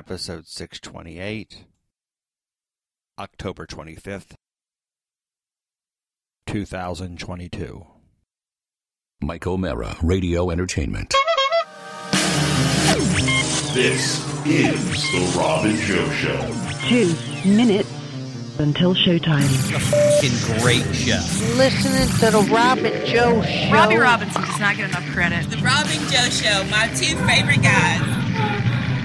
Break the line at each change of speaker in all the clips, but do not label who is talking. Episode 628, October 25th, 2022.
Mike O'Mara, Radio Entertainment.
This is the Robin Joe Show.
two minutes until showtime.
great show.
listening to the Robin Joe show.
Robbie Robinson does not get enough credit.
The Robin Joe Show, my two favorite guys.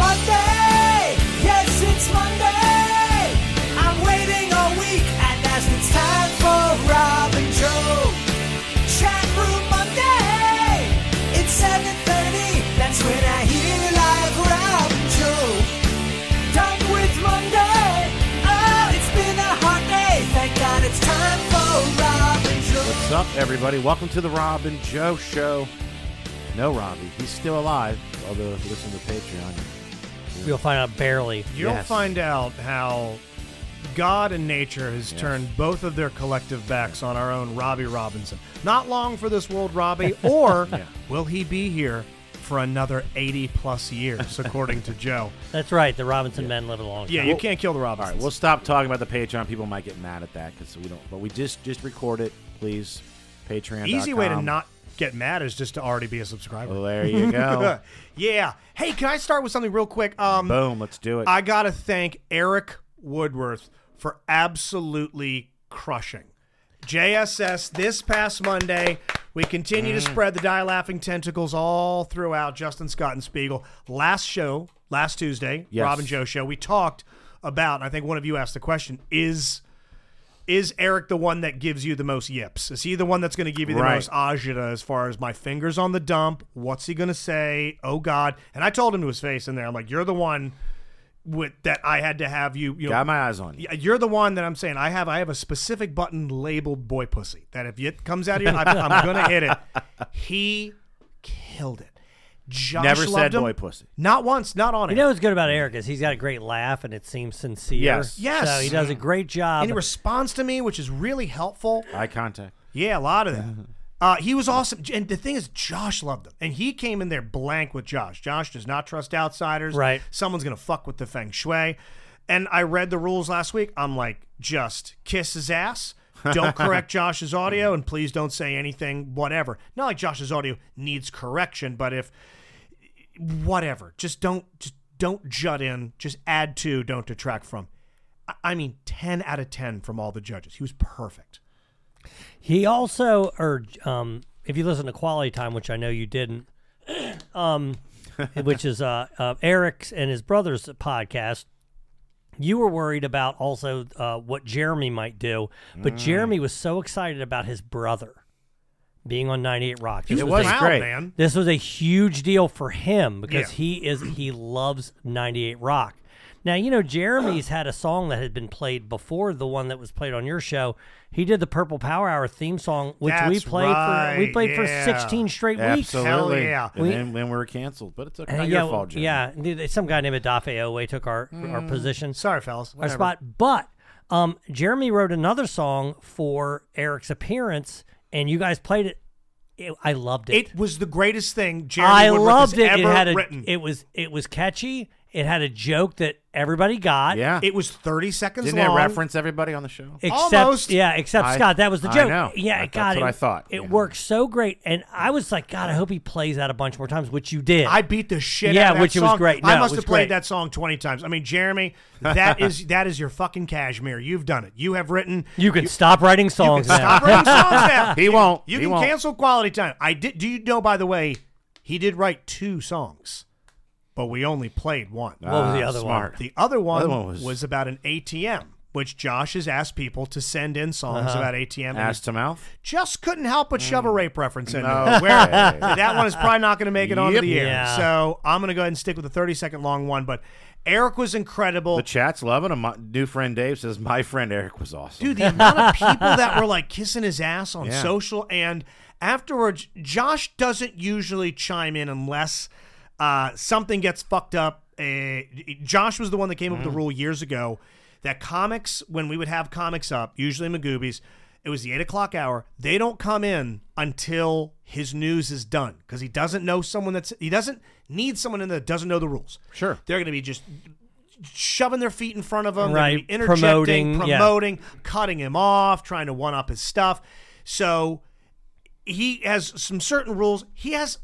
Monday! Yes, it's Monday! I'm waiting all week, and as it's time for Rob and Joe. Chat Room Monday! It's 7.30, that's when I hear live Rob and Joe. Done with Monday! Oh, it's been a hard day, thank God it's time for Rob and Joe.
What's up, everybody? Welcome to the Robin Joe Show. No, Robbie, he's still alive. Although, if you listen to Patreon,
We'll find out barely.
you'll find out how God and nature has turned both of their collective backs on our own Robbie Robinson. Not long for this world, Robbie, or will he be here for another 80 plus years, according to Joe?
That's right, the Robinson men live a long
Yeah, you can't kill the
All
Robinsons.
right, we'll stop talking about the Patreon. People might get mad at that because we don't. But we just just record it, please. Patreon.
Easy way to not get mad is just to already be a subscriber.
Well, Oh, there you go.
yeah. Hey, can I start with something real quick? Um,
Boom. Let's do it.
I got to thank Eric Woodworth for absolutely crushing. JSS this past Monday. We continue
Mm.
to spread the Die Laughing tentacles all throughout Justin Scott and Spiegel. Last show, last Tuesday,
Yes.
Rob and Joe show, we talked about, and I think one of you asked the question, is is Eric the one that gives you the most yips? Is he the one that's going to give you the
Right.
most agita as far as my fingers on the dump? What's he going to say? Oh God! And I told him to his face in there. I'm like, you're the one with that I had to have you. You know,
Got my eyes on you.
y- you're the one that I'm saying I have. I have a specific button labeled "boy pussy" that if it comes out of your, I'm, I'm gonna hit it. He killed it. Josh
Never
loved
said
him.
boy pussy.
Not once. Not on it.
You know what's good about Eric is he's got a great laugh and it seems sincere.
Yes.
Yes.
So he does a great job.
and he responds to me, which is really helpful.
Eye contact.
Yeah, a lot of that. Uh, he was awesome, and the thing is, Josh loved him, and he came in there blank with Josh. Josh does not trust outsiders.
Right.
someone's gonna fuck with the feng shui. And I read the rules last week. I'm like, just kiss his ass. Don't correct Josh's audio, and please don't say anything. Whatever. Not like Josh's audio needs correction, but if whatever, just don't just don't jut in. Just add to, don't detract from. I- I mean, ten out of ten from all the judges. He was perfect.
He also, or um, if you listen to Quality Time, which I know you didn't, um, which is uh, uh, Eric's and his brother's podcast, you were worried about also uh, what Jeremy might do,
Mm.
but Jeremy was so excited about his brother being on 98 Rock. This
It
was
was
a-
Wow,
great.
man.
this was a huge deal for him because
Yeah.
he is he loves 98 rock now you know jeremy's had a song that had been played before the one that was played on your show he did the purple power hour theme song which we
That's
played for we
right,
played
yeah.
for 16 straight weeks
Hell
Absolutely.
yeah.
And
We-
then when we were canceled, but it's okay.
Uh,
Not
yeah,
your fault, Jim.
yeah th- some guy named Adafe Owe took our our position
Mm, Sorry, fellas.
our
Whatever.
spot but um jeremy wrote another song for eric's appearance and you guys played it, It- i loved
It was the greatest thing Jeremy
I
Woodworth
loved
has
it.
ever
it had a,
written.
It was it was catchy. It had a joke that everybody got.
Yeah.
It was 30 seconds
Didn't
long.
it reference everybody on the show?
Except,
Almost.
Yeah, except
I-
Scott. That was the
I
joke.
know.
Yeah,
I-
it got
that's
it.
what I thought.
It
Yeah.
worked so great, and I was like, God, I hope he plays that a bunch more times, which you did.
I beat the shit
Yeah,
out of that
which it was
song.
great.
I
No, it
must
was
have played
great.
that song 20 times. I mean, Jeremy, that is that is your fucking cashmere. You've done it. You have written
you can stop writing songs now.
stop writing songs now.
He won't.
You
He
can
won't.
cancel quality time. I did do you know by the way, he did write two songs. But we only played one.
What was the other
smart.
one?
Ah, The other one,
Other one
was...
was-
about an ATM, which Josh has asked people to send in songs
Uh-huh.
about ATM. and
Ass to mouth?
Just couldn't help but shove a rape reference in.
Mm. No
there. Where
way.
that one is probably not going to make it onto
Yep.
the air.
Yeah.
So I'm going to go ahead and stick with the 30 second long one. But Eric was incredible.
The chat's loving him. My new friend Dave says, My friend Eric was awesome.
Dude, the amount of people that were like kissing his ass on
Yeah.
social, and afterwards, Josh doesn't usually chime in unless uh, something gets fucked up. Uh, Josh was the one that came up
Mm-hmm.
with the rule years ago that comics, when we would have comics up, usually Magoobies, it was the eight o'clock hour. They don't come in until his news is done because he doesn't know someone that's he doesn't need someone in there that doesn't know the rules. Sure, they're going to be just shoving their feet in front of him,
Right,
right? Interjecting,
promoting, yeah.
promoting, cutting him off, trying to one up his stuff. So he has some certain rules. He has.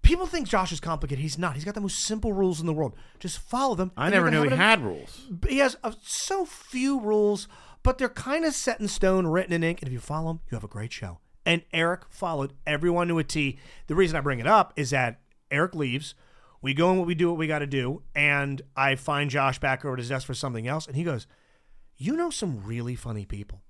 People think Josh is complicated. He's not. He's got the most simple rules in the world. Just follow them.
I
and you're
never
gonna
knew he
have
had
it-
rules.
but He has uh, so few rules, but they're kind of set in stone, written in ink. And if you follow them, you have a great show. And Eric followed everyone to a T. The reason I bring it up is that Eric leaves. We go and what we do, what we got to do. And I find Josh back over at his desk for something else. And he goes, You know some really funny people.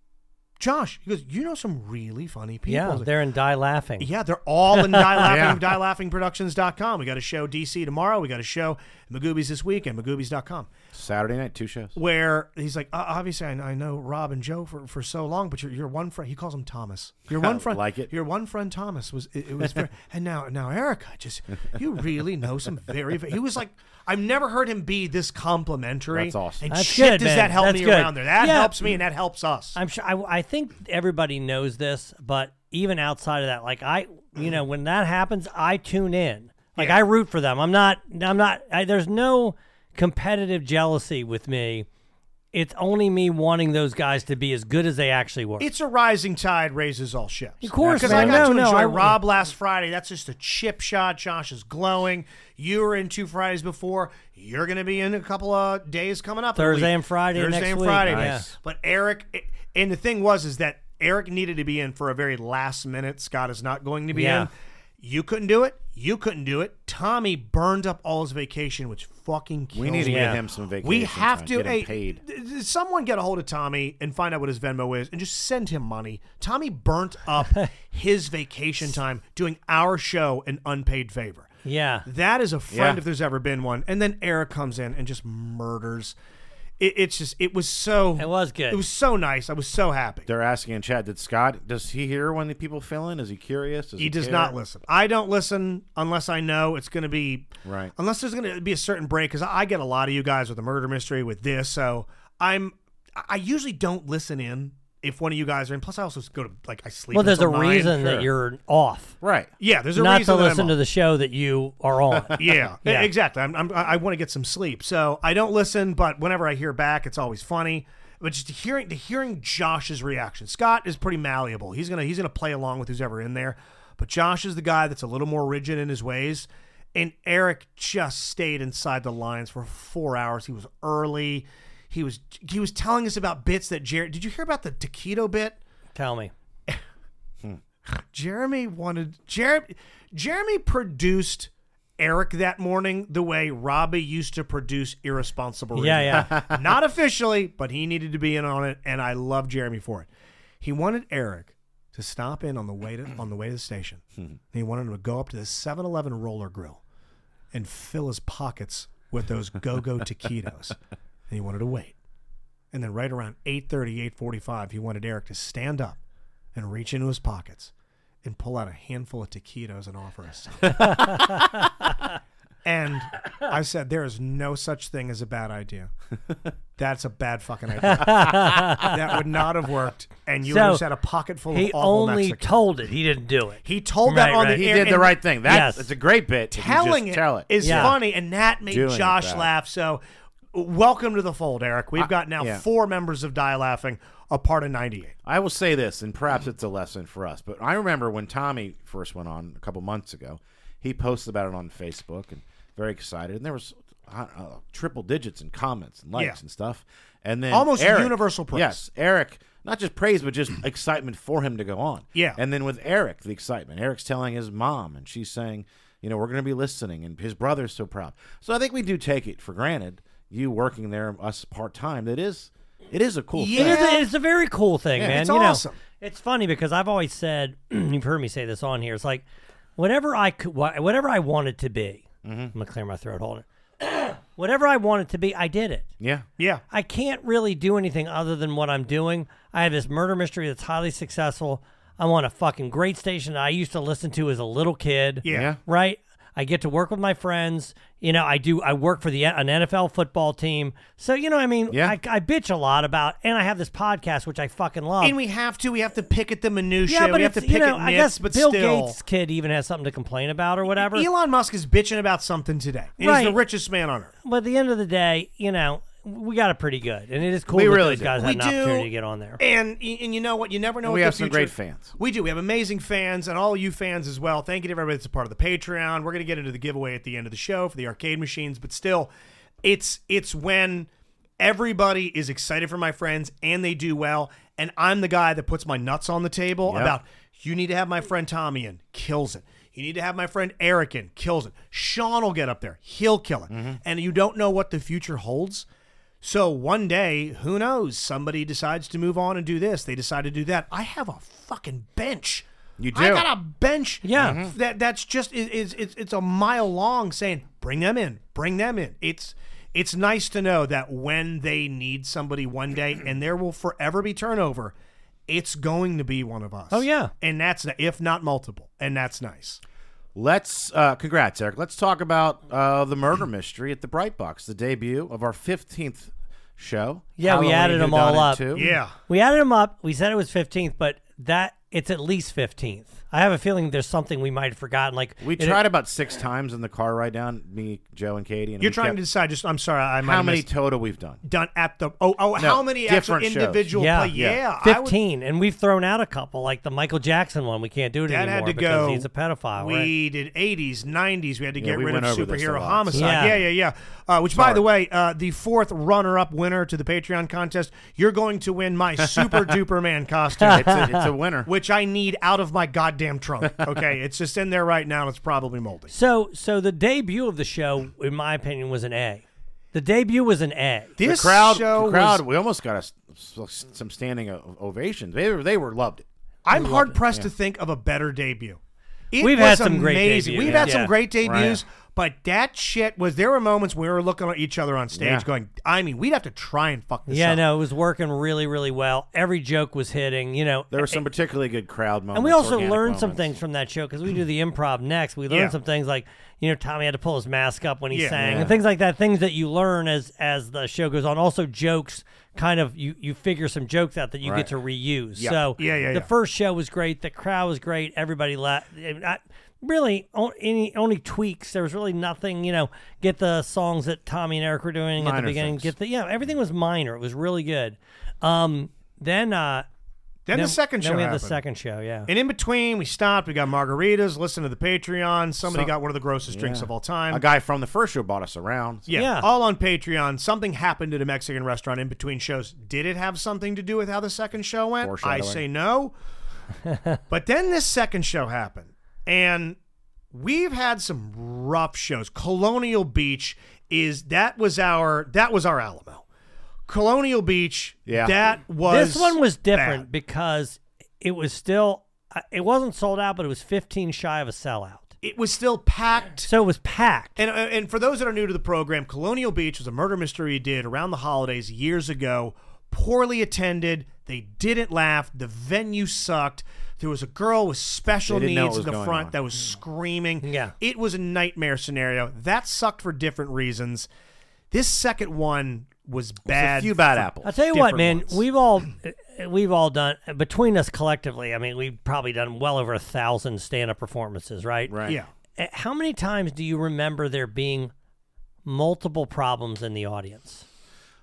Josh, he goes, You know some really funny people. I
Yeah,
was like,
they're in Die Laughing.
yeah, they're all in Die
Yeah.
Laughing, DieLaughingProductions.com. We got a show DC tomorrow. We got a show Magoobies this weekend, Magoobies.com.
Saturday night, two shows.
Where he's like, uh, obviously, I, I know Rob and Joe for, for so long, but your your one friend, he calls him Thomas. Your one friend,
Like it.
Your one friend Thomas was it, it was, very, and now now Erica, just you really know some very. He was like, I've never heard him be this complimentary.
That's awesome.
And
That's
shit,
good,
does
man.
that help
That's
me
good.
around there? That
Yeah.
helps me, and that helps us.
I'm sure. I, I think everybody knows this, but even outside of that, like I, you know, when that happens, I tune in. Like I root for them. I'm not. I'm not. I, there's no competitive jealousy with me. It's only me wanting those guys to be as good as they actually were.
It's a rising tide raises all ships.
Of course,
because I
man.
got
No,
to
no,
enjoy
I-
Rob last Friday. That's just a chip shot. Josh is glowing. You were in two Fridays before. You're going to be in a couple of days coming up. in a
Thursday
week.
and Friday
Thursday
next
and
week.
Friday.
Nice.
But Eric, and the thing was, is that Eric needed to be in for a very last minute. Scott is not going to be
Yeah.
in. You couldn't do it. You couldn't do it. Tommy burned up all his vacation, which fucking kills
We need to
me.
get him some vacation.
We have
time,
to
get him
hey,
paid.
th- th- Someone get a hold of Tommy and find out what his Venmo is, and just send him money. Tommy burnt up his vacation time doing our show an unpaid favor.
yeah.
That is a friend
Yeah.
if there's ever been one. And then Eric comes in and just murders. It, it's just it was so it was
good.
It was so nice. I was so happy.
They're asking in chat, did Scott, does he hear when the people fill in? Is he curious? Does
He does
care?
not listen. I don't listen unless I know it's going to be
Right.
unless there's going to be a certain break because I get a lot of you guys with a murder mystery with this so i'm i usually don't listen in if one of you guys are in plus i also go to like i sleep
Well, there's a
until nine.
reason that you're off.
Right.
yeah there's a
not
reason
to
that I'm
listen to the show that you are on.
yeah,
yeah.
exactly. I'm, I'm, I want to get some sleep, so I don't listen. But whenever I hear back, it's always funny. But just hearing to hearing Josh's reaction. Scott is pretty malleable. He's gonna he's gonna play along with who's ever in there. But Josh is the guy that's a little more rigid in his ways. And Eric just stayed inside the lines for four hours. He was early. He was he was telling us about bits that Jared. Did you hear about the taquito bit?
Tell me.
Jeremy wanted Jeremy. Jeremy produced Eric that morning the way Robbie used to produce irresponsible.
Yeah,
Radio.
yeah.
Not officially, but he needed to be in on it, and I love Jeremy for it. He wanted Eric to stop in on the way to on the way to the station.
Hmm.
and he wanted him to go up to the 7-Eleven roller grill and fill his pockets with those go-go taquitos. and he wanted to wait. And then right around 8:30, 8:45, he wanted Eric to stand up and reach into his pockets and pull out a handful of taquitos and offer us. some. and I said, "There is no such thing as a bad idea. That's a bad fucking idea. that would not have worked." And you would
So,
have just had a pocket full of
He
awful
only
Mexicans.
told it. He didn't do it.
He told that on the
He
air
did the
and-
right thing. That,
Yes.
That's a great bit. if you just
telling it,
tell it
is funny, and that made
Doing it
Josh
bad.
laugh. So, welcome to the fold, Eric. We've got now
yeah.
four members of Die Laughing, a part of '98.
I will say this, and perhaps it's a lesson for us, but I remember when Tommy first went on a couple months ago, he posted about it on Facebook and very excited, and there was I don't know, triple digits in comments and likes
Yeah.
and stuff, and then
Almost
Eric-
universal praise.
Yes, Eric, not just praise, but just excitement for him to go on.
Yeah.
and then with Eric, the excitement. Eric's telling his mom, and she's saying, you know, we're going to be listening, and his brother's so proud. So I think we do take it for granted. You working there, us part time, that is It is a cool
It is
thing.
a, it's a very cool thing,
Yeah,
man.
it's
you know,
awesome.
it's funny because I've always said you've heard me say this on here. It's like whatever I could, wha- whatever I wanted to be.
Mm-hmm.
I'm gonna clear my throat. Hold it. whatever I wanted to be, I did it.
Yeah.
Yeah.
I can't really do anything other than what I'm doing. I have this murder mystery that's highly successful. I'm on a fucking great station that I used to listen to as a little kid.
Yeah. Yeah.
Right? I get to work with my friends. You know, I do. I work for the an NFL football team, so you know, what I mean, yeah. I, I bitch a lot about, and I have this podcast which I fucking love.
and we have to. We have to pick at the minutia.
Um, yeah, but
we have to
it's-
pick
you know,
at
I
nits,
guess
but
Bill
still.
Gates' kid even has something to complain about or whatever.
Elon Musk is bitching about something today. And He's the
Right.
richest man on earth.
But at the end of the day, you know, we got it pretty good, and it is cool.
We
that
really
those
do.
guys
We
had an opportunity
do.
to get on there.
And and you know what? You never know.
And
what
we
the
have some
future-
great fans.
We do. We have amazing fans, and all you fans as well. Thank you to everybody that's a part of the Patreon. We're gonna get into the giveaway at the end of the show for the arcade machines, but still, it's it's when everybody is excited for my friends and they do well, and I'm the guy that puts my nuts on the table
Yep.
about you need to have my friend Tommy in, kills it. You need to have my friend Eric in, kills it. Sean will get up there, he'll kill it.
Mm-hmm.
And you don't know what the future holds. So one day, who knows? Somebody decides to move on and do this. They decide to do that. I have a fucking bench.
You
I
do. Mm-hmm.
got a bench.
Yeah.
That that's just it, it's it's it's a mile long saying bring them in, bring them in. It's it's nice to know that when they need somebody one day, and there will forever be turnover, it's going to be one of us.
Oh, yeah.
and that's ni- if not multiple, and that's nice.
Let's uh, congrats, Eric. Let's talk about uh, the murder mystery at the Bright Box, the debut of our fifteenth show.
Yeah, we
Halloween
added them all
Whodunit
up.
Two.
we added them up. We said it was fifteenth, but that it's at least fifteenth. I have a feeling there's something we might have forgotten. Like
we
it-
tried about six times in the car ride down. Me, Joe, and Katie. And
You're
we
trying
kept-
to decide. Just I'm sorry, I might
how
have
many
missed-
total we've done.
done at the oh oh
No,
how many actual
different shows.
individual
Yeah,
play? Yeah, I would-
fifteen, and we've thrown out a couple, like the Michael Jackson one. We can't do it
That
anymore
had to
because
go.
he's a pedophile.
We
right?
did 80s, 90s. We had to
Yeah,
get
we
rid of
went over this a
superhero
lot.
homicide.
Yeah.
Yeah, yeah, yeah. Uh, which, by the way, uh, the fourth runner-up winner to the Patreon contest, you're going to win my super duper man costume.
It's a, it's a winner.
which I need out of my goddamn trunk. Okay, it's just in there right now. and It's probably moldy.
So, so the debut of the show, in my opinion, was an A. The debut was an A.
This
the crowd,
show
the crowd.
was-
we almost got a s- s- some standing o- ovations. They were, they were loved it.
I'm
loved
hard
it,
pressed
yeah.
to think of a better debut. It
We've
was
had some great
amazing.
debuts.
We've had some
Yeah.
great
Right.
debuts, but that shit was. There were moments where we were looking at each other on stage,
Yeah.
going, "I mean, we'd have to try and fuck this
Yeah,
up."
no, it was working really, really well. Every joke was hitting. You know,
There were some particularly good crowd moments.
And we also learned
organic
some
moments.
things from that show because we do the improv next. We learned
Yeah.
some things like you know Tommy had to pull his mask up when he
Yeah.
sang
Yeah.
and things like that. Things that you learn as as the show goes on. Also jokes, kind of you you figure some jokes out that you
Right.
get to reuse.
Yeah.
So
Yeah, yeah,
the
yeah.
first show was great. The crowd was great. Everybody laughed. Really, on- any only tweaks. There was really nothing. You know, get the songs that Tommy and Eric were doing at
Minor
the beginning.
things.
Get the yeah, everything was minor. It was really good. Um, then uh,
Then the second show
Then we had the
happened.
second show. Yeah.
And in between, we stopped. We got margaritas. Listened to the Patreon. Somebody
Some-
got one of the grossest drinks
Yeah.
of all time.
A guy from the first show bought us around.
yeah,
Yeah.
all on Patreon. Something happened at a Mexican restaurant in between shows. Did it have something to do with how the second show went? I
Foreshadowing.
say no. but then this second show happened, and we've had some rough shows. Colonial Beach is that was our that was our Alamo. Colonial Beach.
Yeah.
that was
this one was different
bad.
because it was still uh, it wasn't sold out, but it was 15 shy of a sellout,
It was still packed.
so it was packed.
And, uh, and for those that are new to the program, Colonial Beach was a murder mystery he did around the holidays years ago. Poorly attended. They didn't laugh. The venue sucked. There was a girl with special
They didn't know what
needs in
was
the
going
front
on.
that was screaming.
Yeah.
It was a nightmare scenario. That sucked for different reasons. This second one was bad.
few bad
for
apples.
I'll tell you what,
different
man,
ones.
we've all we've all done between us collectively. I mean, we've probably done well over a thousand stand-up performances, right?
Right.
Yeah.
Uh, How many times do you remember there being multiple problems in the audience?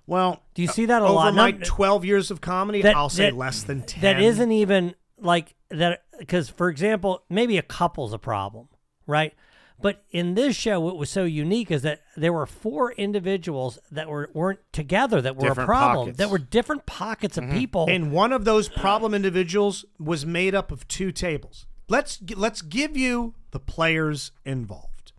Well,
Do you see that a
Uh, Over
lot? uh,
my
Not-
12 years of comedy,
That-
I'll say
that-
less than 10.
that isn't even like that because for example maybe a couple's a problem right but in this show what was so unique is that there were four individuals that were weren't together that were
Different
a problem
pockets.
that were different pockets of people
Mm-hmm. And one of those problem individuals was made up of two tables. Let's let's give you the players involved.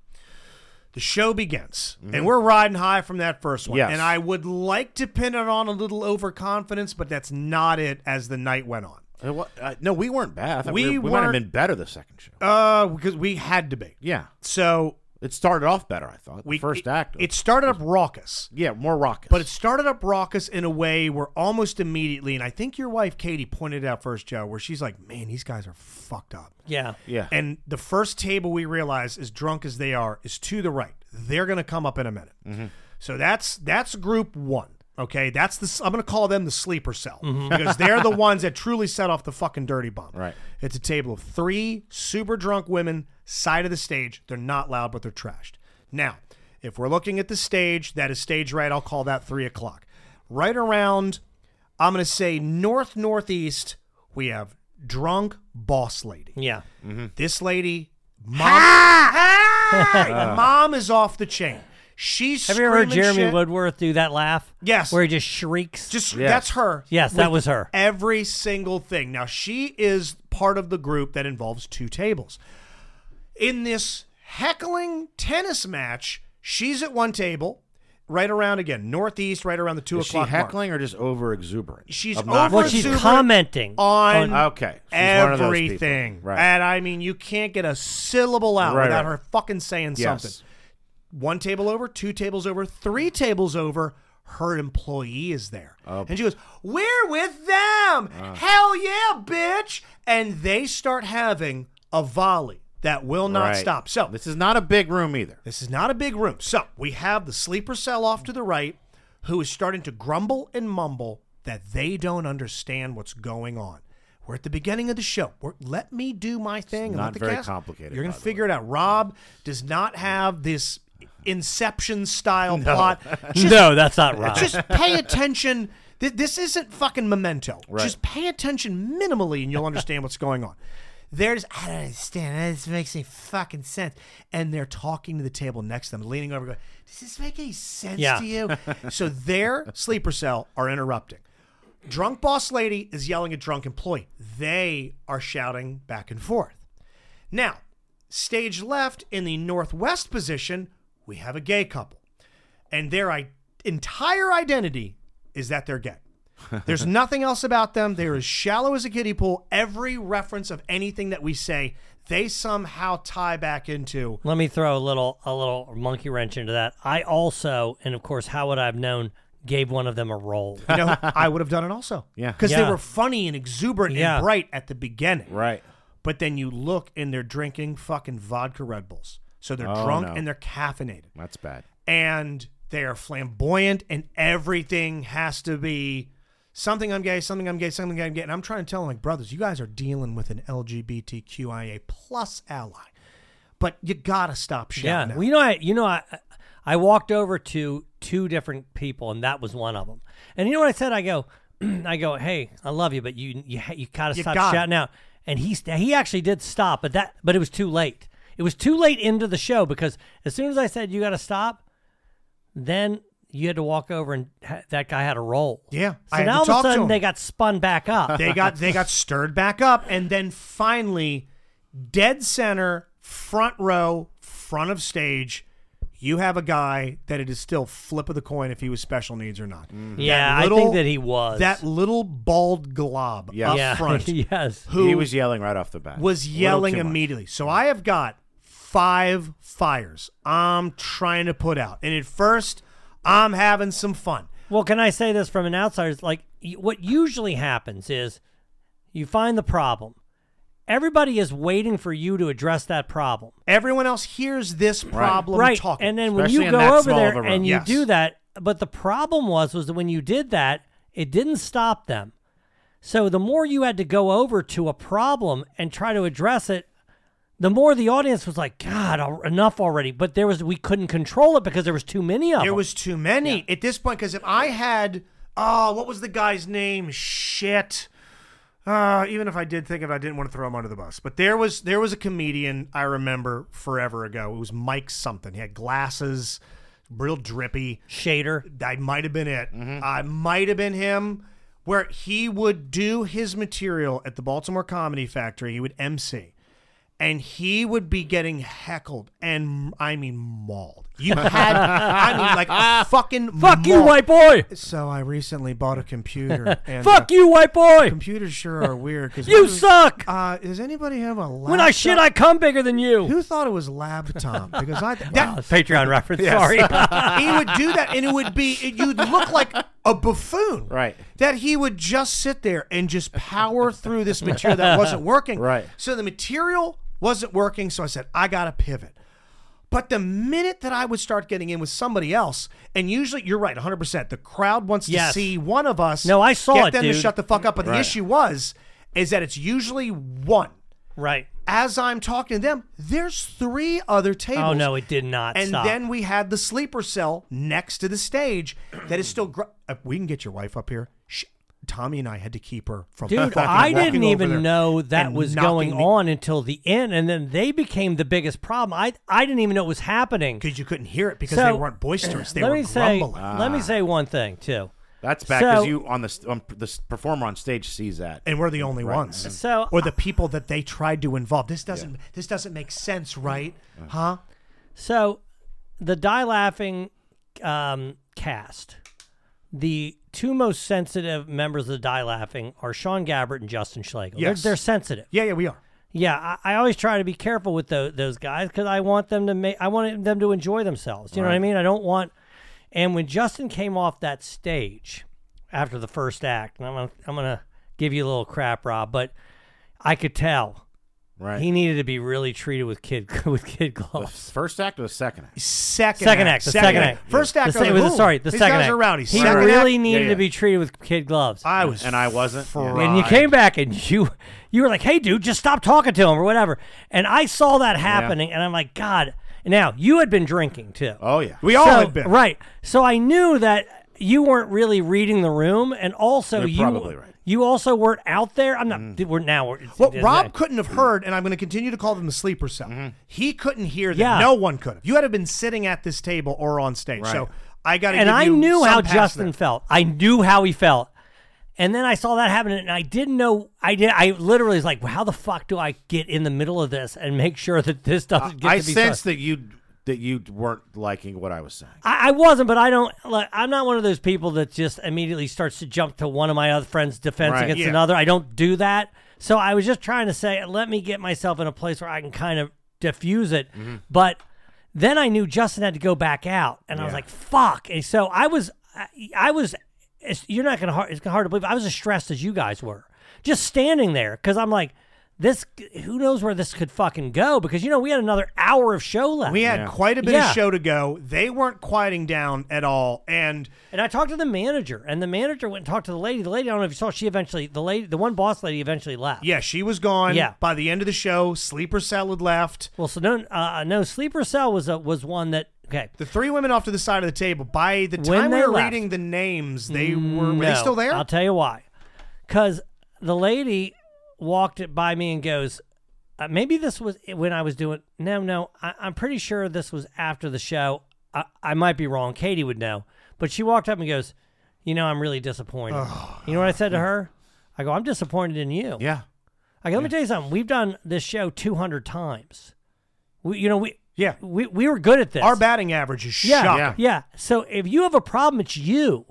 The show begins,
Mhm.
and we're riding high from that first one.
Yes.
And I would like to pin it on a little overconfidence, but that's not it as the night went on.
Uh, what- uh, no, we weren't bad. I thought
We
we, were- we might have
weren't-
been better the second show.
Uh, because we had debate.
Yeah.
So
it started off better, I thought.
We-
the first act.
It started up raucous.
Yeah, more raucous.
But it started up raucous in a way where almost immediately, and I think your wife Katie pointed it out first, Joe, where she's like, "Man, these guys are fucked up."
Yeah.
Yeah.
And the first table we realize, as drunk as they are, is to the right. They're going to come up in a minute.
Mm-hmm.
So that's that's group one. Okay, that's the I'm going to call them the sleeper cell
Mhm.
because they're the ones that truly set off the fucking dirty bomb.
Right.
It's a table of three super drunk women, side of the stage. They're not loud, but they're trashed. Now, if we're looking at the stage, that is stage right. I'll call that three o'clock. Right around, I'm going to say north northeast. We have drunk boss lady.
Yeah.
This lady, mom, Ah! mom is off the chain. She's
Have you ever heard
screaming
Jeremy
shit.
Woodworth do that laugh?
Yes.
Where he just shrieks.
Just that's her.
Yes, that
with
was her.
Every single thing. Now she is part of the group that involves two tables. In this heckling tennis match, she's at one table, right around again northeast, right around the two
Is she
o'clock. mark.
heckling or just over exuberant?
She's
Obnoxious?
over
commenting
on,
on- Okay, she's one of those people.
everything,
Right.
And I mean, you can't get a syllable out
Right,
without
right.
her fucking saying
Yes.
something. One table over, two tables over, three tables over. Her employee is there,
Oh.
and she goes, "We're with them,
Uh.
hell yeah, bitch!" And they start having a volley that will not
Right.
stop. So
This is not a big room either.
this is not a big room. So we have the sleeper cell off to the right, who is starting to grumble and mumble that they don't understand what's going on. We're at the beginning of the show. We're, let me do my thing. and let
not
the
very
cast-
complicated,
You're going
by
to
the
figure it out. Rob does not have this Inception style
No.
plot.
No, that's not Rob.
Just pay attention. Th- This isn't fucking memento.
Right.
Just pay attention minimally and you'll understand what's going on. There's, I don't understand. This makes any fucking sense. And they're talking to the table next to them, leaning over, going, Does this make any sense
Yeah.
to you? so their sleeper cell are interrupting. Drunk boss lady is yelling at drunk employee. They are shouting back and forth. Now, stage left in the northwest position, we have a gay couple. And their I- entire identity is that they're gay. There's nothing else about them. They're as shallow as a kiddie pool. Every reference of anything that we say, they somehow tie back into.
Let me throw a little a little monkey wrench into that. I also, and of course, how would I have known? Gave one of them a roll.
You know, I would have done it also.
Yeah.
Because
Yeah.
they were funny and exuberant
Yeah.
and bright at the beginning.
Right.
But then you look and they're drinking fucking vodka Red Bulls. So they're
Oh,
drunk
no.
and they're caffeinated.
That's bad.
and they are flamboyant and everything has to be something I'm gay, something I'm gay, something I'm gay. And I'm trying to tell them, like, brothers, you guys are dealing with an LGBTQIA plus ally. But you gotta stop
Yeah.
shouting.
Well, you know, I you know, I I walked over to two different people, and that was one of them. And you know what I said? I go, I go, hey, I love you, but you you ha- you gotta
You
stop
gotta."
shouting out. And he st- he actually did stop, but that but it was too late. It was too late into the show because as soon as I said you gotta stop, then you had to walk over and ha- that guy had a roll.
Yeah,
So
I had to
now all of a
talk to
sudden
him.
they got spun back up.
they got they got stirred back up and then finally dead center front row front of stage you have a guy that it is still flip of the coin if he was special needs or not
Mm.
That
Yeah, I think that he was.
that little bald glob
Yeah.
up
Yeah.
front
yes
who
he was yelling right off the bat.
was
A little
yelling
too much.
immediately. So I have got five fires I'm trying to put out. And at first, I'm having some fun.
Well, can I say this from an outsider? It's Like, y- what usually happens is you find the problem. Everybody is waiting for you to address that problem.
Everyone else hears this problem
right.
talking.
And then when you go over there and you do that, but the problem was was that when you did that, it didn't stop them. So the more you had to go over to a problem and try to address it, the more the audience was like, "God, al- enough already!" But there was we couldn't control it because there was too many of
There
them.
was too many at this point because if I had, oh, what was the guy's name? Shit. Uh, even if I did think of, it, I didn't want to throw him under the bus. But there was there was a comedian I remember forever ago. It was Mike something. He had glasses, real drippy
shader.
That might have been it. I might have been him. Where he would do his material at the Baltimore Comedy Factory. He would MC, and he would be getting heckled and I mean mauled. You had I mean like a fucking
Fuck you,
maul.
white boy!
So I recently bought a computer. And, uh,
Fuck you, white boy!
Computers sure are weird. Cause
You
when-
suck!
Uh, does anybody have a laptop?
When I shit, I come bigger than you.
Who thought it was laptop? Because I that,
Wow, Patreon reference.
Yes.
Sorry.
he would do that, and it would be it- you'd look like a buffoon.
Right.
That he would just sit there and just power through this material that wasn't working.
Right.
So the material wasn't working. So I said I gotta pivot. But the minute that I would start getting in with somebody else, and usually you're right, 100. percent The crowd wants
Yes.
to see one of us.
No, I saw
get
it,
them
dude.
to shut the fuck up. But the
Right.
issue was, is that it's usually one.
right.
As I'm talking to them, there's three other tables.
Oh no, it did not.
And
stop.
then we had the sleeper cell next to the stage that is still. Gr- uh, we can get your wife up here. Sh Tommy and I had to keep her from.
Dude,
fucking
I didn't
walking over there
even know that
and
was
knocking
going
the-
on until the end, and then they became the biggest problem. I I didn't even know it was happening because
you couldn't hear it because they weren't boisterous, they
let
were
me say,
grumbling.
Let me say one thing too.
That's bad because
So-
you on the st- on p- the s- performer on stage sees that,
And we're the only
Right.
ones.
So-
or the people that they tried to involve. This doesn't. This doesn't make sense, right? Huh?
So, the die laughing um, cast, the two most sensitive members of the die laughing are Sean Gabbert and Justin Schlegel.
Yes.
They're, they're sensitive.
Yeah, yeah, we are.
Yeah, I, I always try to be careful with those, those guys because I want them to make I want them to enjoy themselves. You know what I mean? I don't want. And when Justin came off that stage after the first act, and I'm gonna, I'm gonna give you a little crap, Rob, but I could tell
right?
he needed to be really treated with kid with kid gloves.
First act or the second act?
Second,
Second act. The second, act.
First
The
act.
se-
I
it was-
"Ooh,
sorry, the
these
second
guys
act.
Are rowdy.
He
Second
really
act-
needed
Yeah,
to
yeah.
be treated with kid gloves.
I was
and I wasn't.
fried.
and you came back and you you were like, "Hey, dude, just stop talking to him or whatever." And I saw that happening, and I'm like, "God!" Now you had been drinking too.
Oh yeah,
We all
So-
had been
right. So I knew that you weren't really reading the room, and also
You're
you
probably right. Mm.
you also weren't out there. I'm not. We're now. We're, it's-
What
it's-
Rob couldn't have heard, and I'm going to continue to call them the sleeper cell. He couldn't hear them.
Mm-hmm. Yeah.
No one could have. You had to have been sitting at this table or on stage.
Right.
So I got to.
and I knew how Justin felt. I knew how he felt. And then I saw that happen, and I didn't know. I did. I literally was like, well, "How the fuck do I get in the middle of this and make sure that this doesn't get
I
to be?"
sensed
so-
that you that you weren't liking what I was saying.
I, I wasn't, but I don't. Like, I'm not one of those people that just immediately starts to jump to one of my other friends' defense
Right.
against
Yeah.
another. I don't do that. So I was just trying to say, let me get myself in a place where I can kind of diffuse it.
Mm-hmm.
But then I knew Justin had to go back out, and I was
Yeah.
like, "Fuck!" And so I was, I, I was. It's, you're not gonna. hard- It's hard to believe. I was as stressed as you guys were, just standing there because I'm like. This, who knows where this could fucking go? Because you know we had another hour of show left.
We had quite a bit
Yeah.
of show to go. They weren't quieting down at all, and
And I talked to the manager, and the manager went and talked to the lady. The lady, I don't know if you saw, she eventually, the lady, the one boss lady, eventually left.
yeah, she was gone.
Yeah.
By the end of the show, sleeper cell had left.
Well, so no, uh, no sleeper cell was a, was one that okay.
The three women off to the side of the table. By the
When
time we
they
were
left- Mm,
reading the names, they were. Were they
No,
still there?
I'll tell you why. Because the lady walked it by me and goes, uh, maybe this was when I was doing. No, no, I, I'm pretty sure this was after the show. I, I might be wrong. Katie would know, but she walked up and goes, you know, I'm really disappointed. you know what I said to her? I go, I'm disappointed in you.
Yeah,
Like, let me tell you something. We've done this show 200 times. We, you know, we
Yeah.
we, we were good at this.
Our batting average is
yeah,
shocking.
yeah, yeah. So if you have a problem, it's you.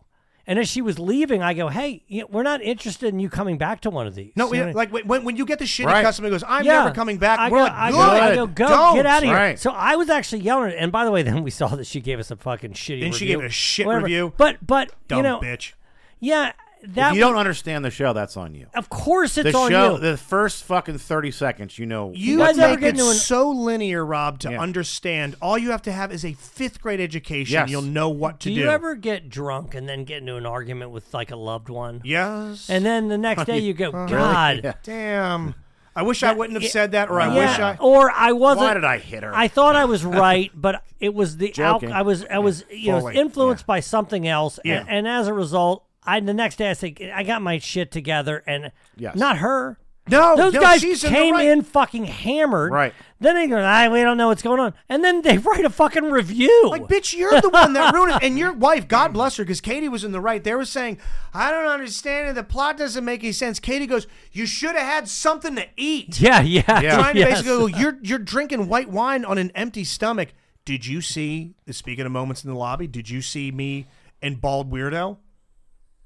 And as she was leaving, I go, hey, you know, we're not interested in you coming back to one of these.
No,
You know
it-
what I-
like when, when you get the shitty
Right.
customer who goes, I'm
Yeah.
never coming back.
I
we're
go,
like,
I go,
good.
I go, go,
don't.
get out of here.
Right.
So I was actually yelling. And by the way, then we saw that she gave us a fucking shitty.
Then
review.
she gave it a shit
Whatever.
review.
But but
Dumb
you know,
bitch.
yeah, that
if you don't understand the show, that's on you.
of course it's
the
on
show,
you.
the first fucking thirty seconds, you know.
You
guys ever
make
get
it
into an-
so linear, Rob, to
Yeah.
understand. All you have to have is a fifth grade education.
Yes.
You'll know what to
do
do.
you ever get drunk and then get into an argument with like a loved one?
Yes.
And then the next day you go, God.
Yeah.
damn. I wish I wouldn't have
Yeah.
said that, or I
Yeah, Oh.
wish I.
or I wasn't.
Why did I hit her?
I thought I was right, but it was the al-
Joking.
I was I was you know
Fully,
influenced by something else,
Yeah.
and, and as a result, I the next day I think I got my shit together, and
Yes.
not her,
No,
those
no,
guys
she's in the
came
right.
in fucking hammered.
Right.
Then they go, ah, we don't know what's going on, and then they write a fucking review.
Like, bitch, you're the one that ruined it. And your wife, God bless her, because Katie was in the right. They were saying, I don't understand it. The plot doesn't make any sense. Katie goes, You should have had something to eat.
Yeah, yeah, Yeah.
Trying to
yes.
basically go, you're, you're drinking white wine on an empty stomach. Did you see, speaking of moments in the lobby, did you see me and Bald Weirdo?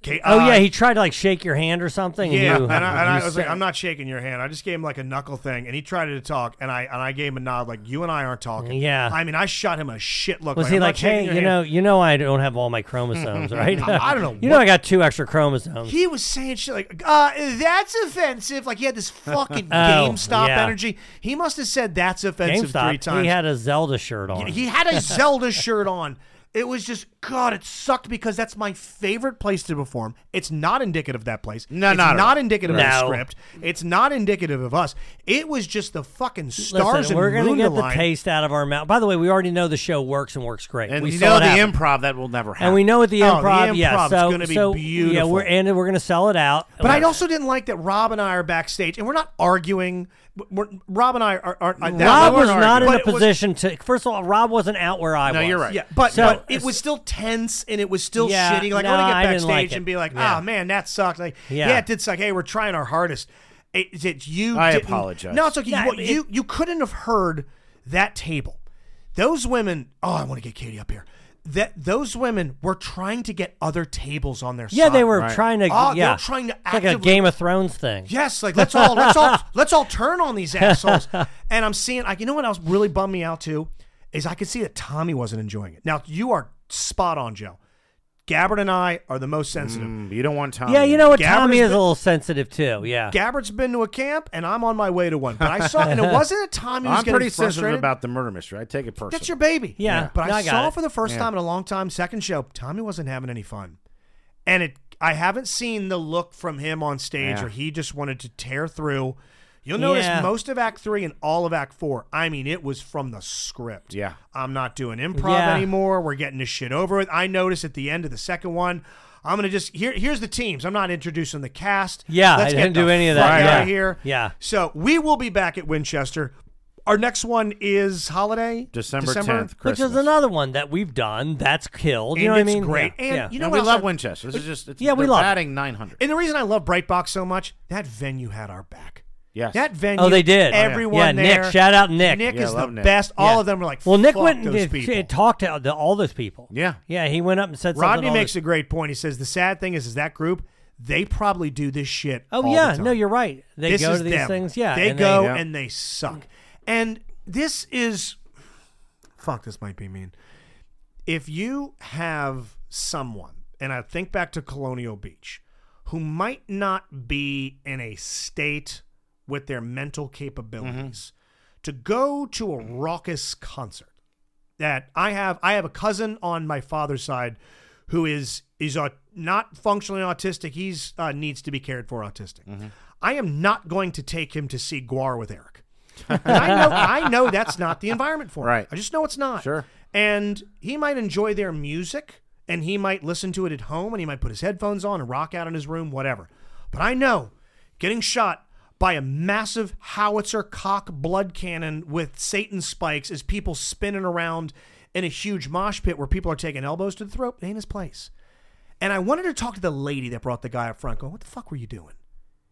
Ka-
oh
uh,
yeah, he tried to like shake your hand or something.
yeah,
and, you,
and, I, and I
you
was like,
said-
I'm not shaking your hand. I just gave him like a knuckle thing, and he tried to talk, and I and I gave him a nod, like you and I aren't talking.
Yeah.
I mean, I shot him a shit look.
was
like,
he
"I'm not
like,
shaking
hey,
your
you
hand."
know, you know, I don't have all my chromosomes, right?
I- I don't know
you know,
what-
I got two extra chromosomes.
He was saying shit like, uh, that's offensive. Like he had this fucking
Oh,
GameStop
yeah.
energy. He must have said that's offensive
GameStop.
three times.
He had a Zelda shirt on.
He had a Zelda shirt on. It was just God. It sucked because that's my favorite place to perform. It's not indicative of that place.
No,
it's
not at all.
indicative of
No.
the script. It's not indicative of us. It was just the fucking stars
Listen,
and
we're gonna
moon
get
align.
the taste out of our mouth. By the way, we already know the show works and works great.
And
we
you
saw
know
it
the
happen.
improv that will never happen.
And we know at the
Oh, the
improv, yeah.
improv's
So,
gonna be
so, Yeah,
beautiful.
we're and we're gonna sell it out.
But I also didn't like that Rob and I are backstage and we're not arguing. We're, Rob and I are. are, are
Rob was not in
But
a
it was-
position to. First of all, Rob wasn't out where I
No,
was.
you're right.
Yeah, but,
So-
but it was still tense and it was still
Yeah,
shitty. Like
no,
I want to
I
get
didn't
backstage
like it.
and be like,
Yeah.
"Ah, man, that sucked." Like,
Yeah.
yeah. it did suck. Hey, we're trying our hardest. It, it you.
I
didn't-
apologize.
No, it's okay.
Yeah,
you,
I mean,
you you couldn't have heard that table. Those women. Oh, I want to get Katie up here. That those women were trying to get other tables on their side.
Yeah, they were trying to.
Oh,
yeah,
they were trying to
It's like a
actively-
Game of Thrones thing.
Yes, like let's all let's all let's all turn on these assholes. And I'm seeing like you know what else really bummed me out too is I could see that Tommy wasn't enjoying it. Now you are spot on, Joe. Gabbard and I are the most sensitive.
Mm, you don't want Tommy.
Yeah, you know what?
Gabbard
Tommy
has
is a
been-
little sensitive too. Yeah.
Gabbard's been to a camp and I'm on my way to one. But I saw and it wasn't a Tommy was
I'm
getting
pretty sensitive
frustrated.
about the murder mystery. I take it personally.
That's your baby.
Yeah, Yeah.
But
no,
I,
I got
saw
it.
for the first
Yeah.
time in a long time, second show, Tommy wasn't having any fun. And it I haven't seen the look from him on stage
Yeah.
where he just wanted to tear through. You'll notice
Yeah.
most of Act Three and all of Act Four. I mean, it was from the script.
Yeah.
I'm not doing improv
Yeah.
anymore. We're getting this shit over with. I noticed at the end of the second one, I'm gonna just here. Here's the teams. I'm not introducing the cast.
Yeah,
Let's
I
get
didn't do
the
any of that.
fuck
Yeah.
outta here.
Yeah.
So we will be back at Winchester. Our next one is holiday
December 10th,
Which is
Christmas.
another one that we've done that's killed. You
And
know
it's
what I mean?
great.
Yeah.
And
yeah.
you know
And
what
we
else
love
I-
Winchester. This is just it's,
Yeah, we
they're
love it.
batting 900.
And the reason I love Breitbach so much, that venue had our back.
Yes.
That venue.
Oh, they did.
Everyone
yeah,
there.
Nick. Shout out Nick.
Nick
Yeah,
is
I
the
love Nick.
best. All
Yeah.
of them were like,
Well, Nick
fuck
went and
those
did-
people.
talked to the- all those people.
Yeah.
Yeah, he went up and said something.
Rodney
to all
makes
those-
a great point. He says the sad thing is, is that group they probably do this shit. all
Oh,
the
yeah.
time.
No, you're right. They
This
go
is
to these
them.
things. Yeah.
they
and
go
Yeah.
and they suck. And this is, fuck, this might be mean. If you have someone, and I think back to Colonial Beach, who might not be in a state with their mental capabilities
Mm-hmm.
to go to a raucous concert that I have I have a cousin on my father's side who is is uh, not functionally autistic. He's uh, needs to be cared for autistic. I am not going to take him to see Guar with Eric. 'Cause I know I know that's not the environment for him.
Right.
I just know it's not.
Sure.
And he might enjoy their music and he might listen to it at home and he might put his headphones on and rock out in his room, whatever. But I know getting shot by a massive howitzer cock blood cannon with Satan spikes as people spinning around in a huge mosh pit where people are taking elbows to the throat ain't his place. And I wanted to talk to the lady that brought the guy up front, going, What the fuck were you doing?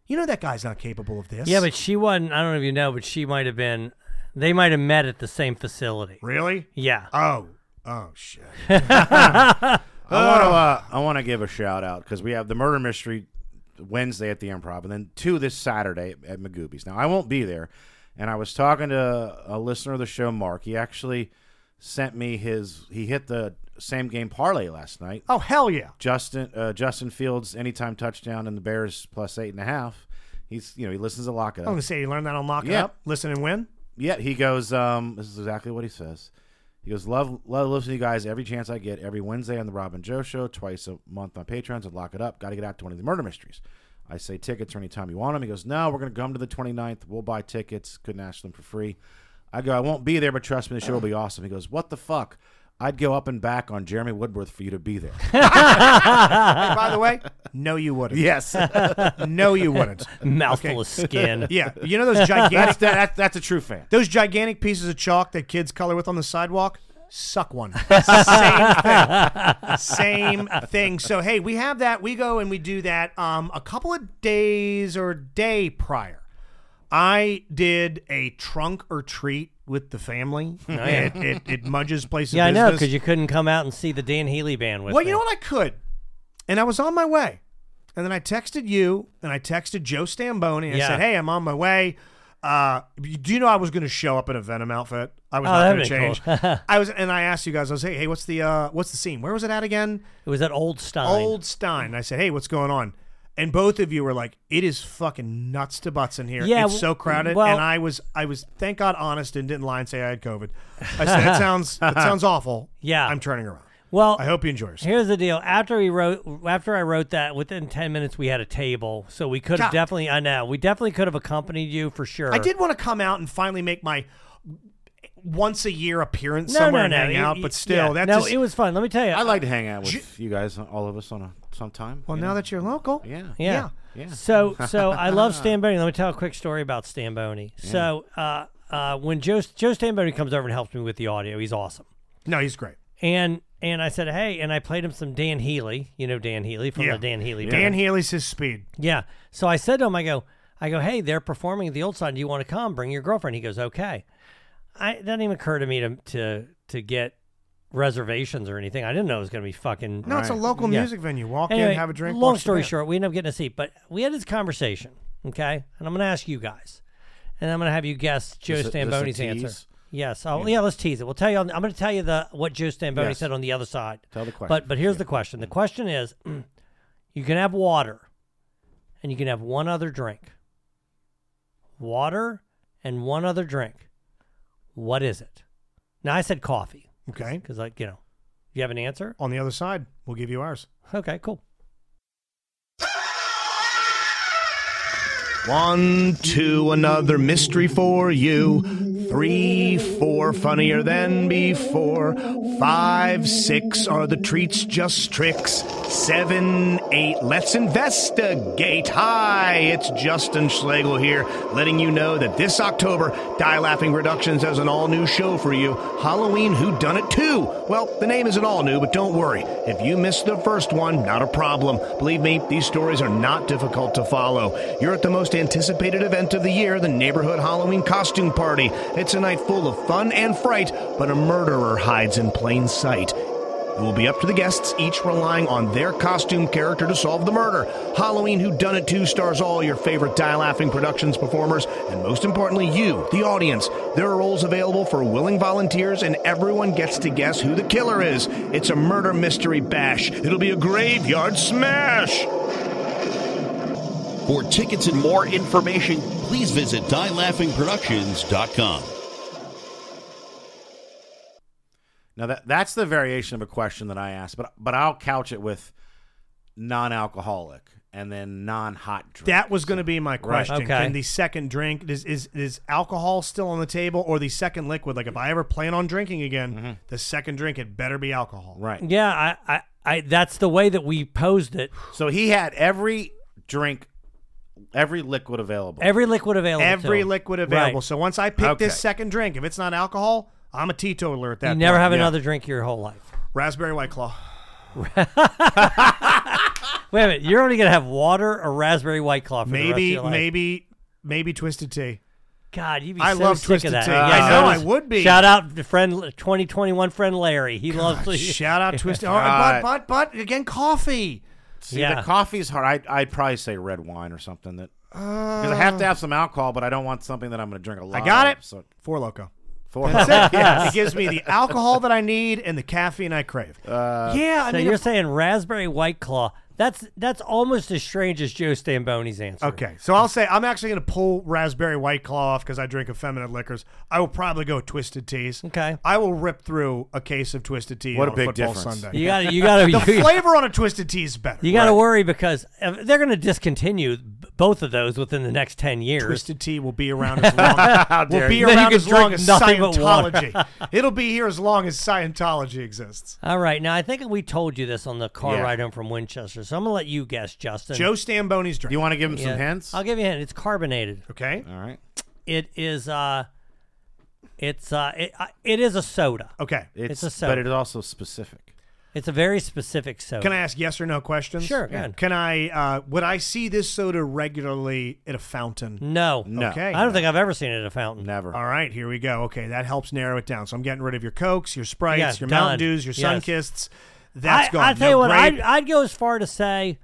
You know that guy's not capable of this.
Yeah, but she wasn't. I don't know if you know, but she might have been. They might have met at the same facility.
really?
Yeah.
Oh, oh shit.
I want to uh, I want to give a shout out because we have the murder mystery Wednesday at the Improv, and then two this Saturday at, at Magoobies. Now I won't be there, and I was talking to a listener of the show, Mark. He actually sent me his. He hit the same game parlay last night.
Oh hell yeah.
Justin uh, Justin Fields anytime touchdown and the Bears plus eight and a half. He's you know he listens to Lock It Up.
I'm gonna say you learned that on Lock It
Yeah.
Up, listen and win.
Yeah, he goes. Um, this is exactly what he says. He goes, love, love listening to you guys every chance I get. Every Wednesday on the Robin Joe Show, twice a month on Patreon. So lock it up. Got to get out to one of the murder mysteries. I say tickets or anytime you want them. He goes, no, we're gonna come to the 29th. We'll buy tickets. Couldn't ask them for free. I go, I won't be there, but trust me, the show will be awesome. He goes, what the fuck? I'd go up and back on Jeremy Woodworth for you to be there.
Hey, by the way, no, you wouldn't.
Yes.
no, you wouldn't.
Mouthful
Okay.
of skin.
Yeah, you know those gigantic.
That's- that- that's- that's a true fan.
Those gigantic pieces of chalk that kids color with on the sidewalk. Suck one. Same thing. Same thing. So hey, we have that. We go and we do that. Um, a couple of days or day prior, I did a trunk or treat with the family.
yeah.
it, it, it mudges places.
Yeah, I know because you couldn't come out and see the Dan Healy band with.
Well,
me.
you know what? I could. And I was on my way. And then I texted you and I texted Joe Stamboni. And I
Yeah.
said, hey, I'm on my way. Uh, do you know I was going to show up in a Venom outfit? I was
Oh,
not going to
that'd
change.
be cool.
I was, and I asked you guys. I was, hey, hey, what's the uh, what's the scene? Where was it at again?
It was at Old Stein.
Old Stein. And I said, hey, what's going on? And both of you were like, it is fucking nuts to butts in here.
Yeah,
it's so
w-
crowded.
well-
and I was, I was, thank God, honest and didn't lie and say I had COVID. I said, that sounds, that sounds awful.
Yeah.
I'm turning around.
Well,
I hope you enjoy yourself.
Here's the deal. After we wrote, after I wrote that, within ten minutes we had a table, so we could have
God.
definitely. I know we definitely could have accompanied you for sure.
I did want to come out and finally make my once a year appearance
No,
somewhere
no,
and
no.
hang
You-
out,
you-
but still,
yeah.
that's
no.
just-
it was fun. Let me tell you.
I'd like to hang out with you guys, all of us, on a sometime.
well.
you
Now
know?
that you're local,
yeah,
Yeah.
Yeah.
So so I love Stamboni. Let me tell a quick story about Stamboni. So uh, uh, when Joe Joe Stamboni comes over and helps me with the audio, he's awesome.
no, he's great.
And and I said, hey, and I played him some Dan Healy. You know Dan Healy from the Dan Healy. band.
Dan Healy's his speed.
Yeah. So I said to him, I go, I go, hey, they're performing at the old sign. Do you want to come? Bring your girlfriend. He goes, okay. I it didn't even occur to me to to to get reservations or anything. I didn't know it was going to be fucking.
No, it's a local music venue. Walk
Anyway,
in, have a drink.
Long
watch the
story
band.
short, we end up getting a seat, but we had this conversation, okay? And I'm going to ask you guys, and I'm going to have you guess Joe
Is it- is this a
Stamboni's answer.
tease?
Yes. Oh, yeah. Let's tease it. We'll tell you. On, I'm going to tell you the what Joe Stamboni
Yes.
said on the other side.
Tell the question
But but here's
first,
the question. The question is, you can have water, and you can have one other drink. Water and one other drink. What is it? Now I said coffee
Okay.
because like you know, you have an answer.
On the other side, we'll give you ours.
Okay, cool.
One, two, another mystery for you. Three, four, funnier than before. Five, six, are the treats just tricks? Seven, eight, let's investigate. Hi, it's Justin Schlegel here, letting you know that this October, Die Laughing Productions has an all new show for you Halloween Who Done It Too. Well, the name isn't all new, but don't worry. If you missed the first one, not a problem. Believe me, these stories are not difficult to follow. You're at the most anticipated event of the year, the Neighborhood Halloween Costume Party. It's a night full of fun and fright, but a murderer hides in plain sight. It will be up to the guests, each relying on their costume character to solve the murder. Halloween Who Done It 2 stars all your favorite Die Laughing Productions performers, and most importantly, you, the audience. There are roles available for willing volunteers, and everyone gets to guess who the killer is. It's a murder mystery bash. It'll be a graveyard smash!
For tickets and more information, please visit dielaughingproductions.com.
Now that that's the variation of a question that I asked, but but I'll couch it with non-alcoholic and then non-hot drink.
That was going to be my question.
Okay.
Can the second drink is, is is alcohol still on the table or the second liquid? Like if I ever plan on drinking again,
Mm-hmm.
the second drink it better be alcohol.
Right.
Yeah, I, I, I that's the way that we posed it.
So he had every drink, every liquid available.
Every liquid available. to
Every
him.
liquid available.
Right.
So once I pick
Okay.
this second drink, if it's not alcohol, I'm a teetotaler at that.
you never
point.
have
Yeah.
another drink your whole life.
raspberry white claw.
Wait a minute, you're only gonna have water or raspberry white claw for the rest of
Maybe,
your life.
maybe, maybe twisted tea.
God, you'd be
I
so
love
sick
Twisted
of that.
Tea. I know, I
so-
would be.
Shout out to friend 2021 friend Larry. He
God,
loves
Ah, shout out oh, twisted. All
God.
right, but but but again, coffee.
See,
Yeah.
the coffee's hard. I'd, I'd probably say red wine or something that because I have to have some alcohol, but I don't want something that I'm going to drink a lot.
I got
of,
it.
So
Four loco.
four.
That's it. Yeah, it gives me the alcohol that I need and the caffeine I crave. yeah, I
Uh, So
mean,
you're saying raspberry white claw. That's that's almost as strange as Joe Stamboni's answer.
Okay, so I'll say I'm actually going to pull raspberry white claw off because I drink effeminate liquors. I will probably go twisted teas.
Okay.
I will rip through a case of twisted tea.
What
on
a big
football
difference.
Sunday.
You gotta- you gotta-
the
you-
flavor on a twisted tea is better.
You got to
Right.
worry because uh, they're going to discontinue b- both of those within the next ten years.
Twisted tea will be around as long. will be around as long as Scientology. It'll be here as long as Scientology exists.
All right, now I think we told you this on the car
Yeah.
ride home from Winchester, so I'm gonna let you guess, Justin.
Joe Stamboni's drink.
Do you want to give him some hints?
I'll give you a hint. It's carbonated.
Okay.
All right.
It is. uh It's uh it, uh, it is a soda.
Okay.
It's,
It's,
a soda.
but it is also specific.
It's a very specific soda.
Can I ask yes or no questions?
Sure, go ahead.
Can I? Uh, would I see this soda regularly at a fountain?
No.
Okay.
I don't think I've ever seen it at a fountain.
Never.
All right, here we go. Okay, that helps narrow it down. So I'm getting rid of your cokes, your sprites,
Yes,
your
done.
Mountain Dews, your
Yes.
Sunkists. That's
I,
gone.
I tell
No
you what,
grape.
I'd, I'd go as far to say.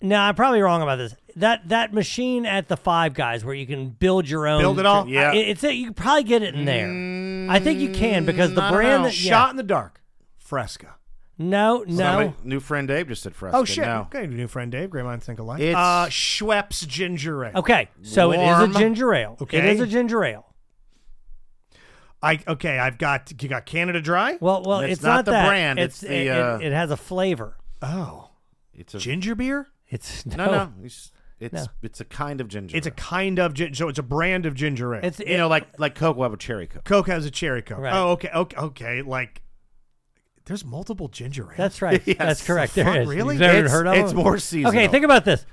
No, I'm probably wrong about this. That that machine at the Five Guys where you can build your own.
Build it all?
Yeah,
Yeah.
it's it, you can probably get it in there. I think you can because the
Mm, I don't
brand
know.
that
shot in the dark, Fresca.
yeah. No, no.
Somebody- new friend Dave just said Fresca.
oh shit!
No.
Okay, new friend Dave. Great minds think alike.
It's-
uh, Schweppes ginger ale.
Okay, so it
Warm.
is a ginger ale. it
Okay.
is a ginger ale.
I okay. I've got you got Canada Dry.
Well, well,
It's
it's,
not the
that.
brand,
It's,
it's the,
it, it-
uh,
it has a flavor.
Oh,
It's a
ginger beer.
It's
No, no. It's it's, it's a kind of ginger.
Oh. It's a
ale.
kind of gin- so it's a brand of ginger ale.
It's
you know like like Coke. We'll have a cherry Coke.
Coke has a cherry Coke.
Right.
Oh, okay, okay, okay. Like, there's multiple ginger ale.
That's right.
Yes.
That's correct. There
Fuck,
is.
really?
You've never
It's-
heard of
it's
them?
more seasonal.
Okay, think about this.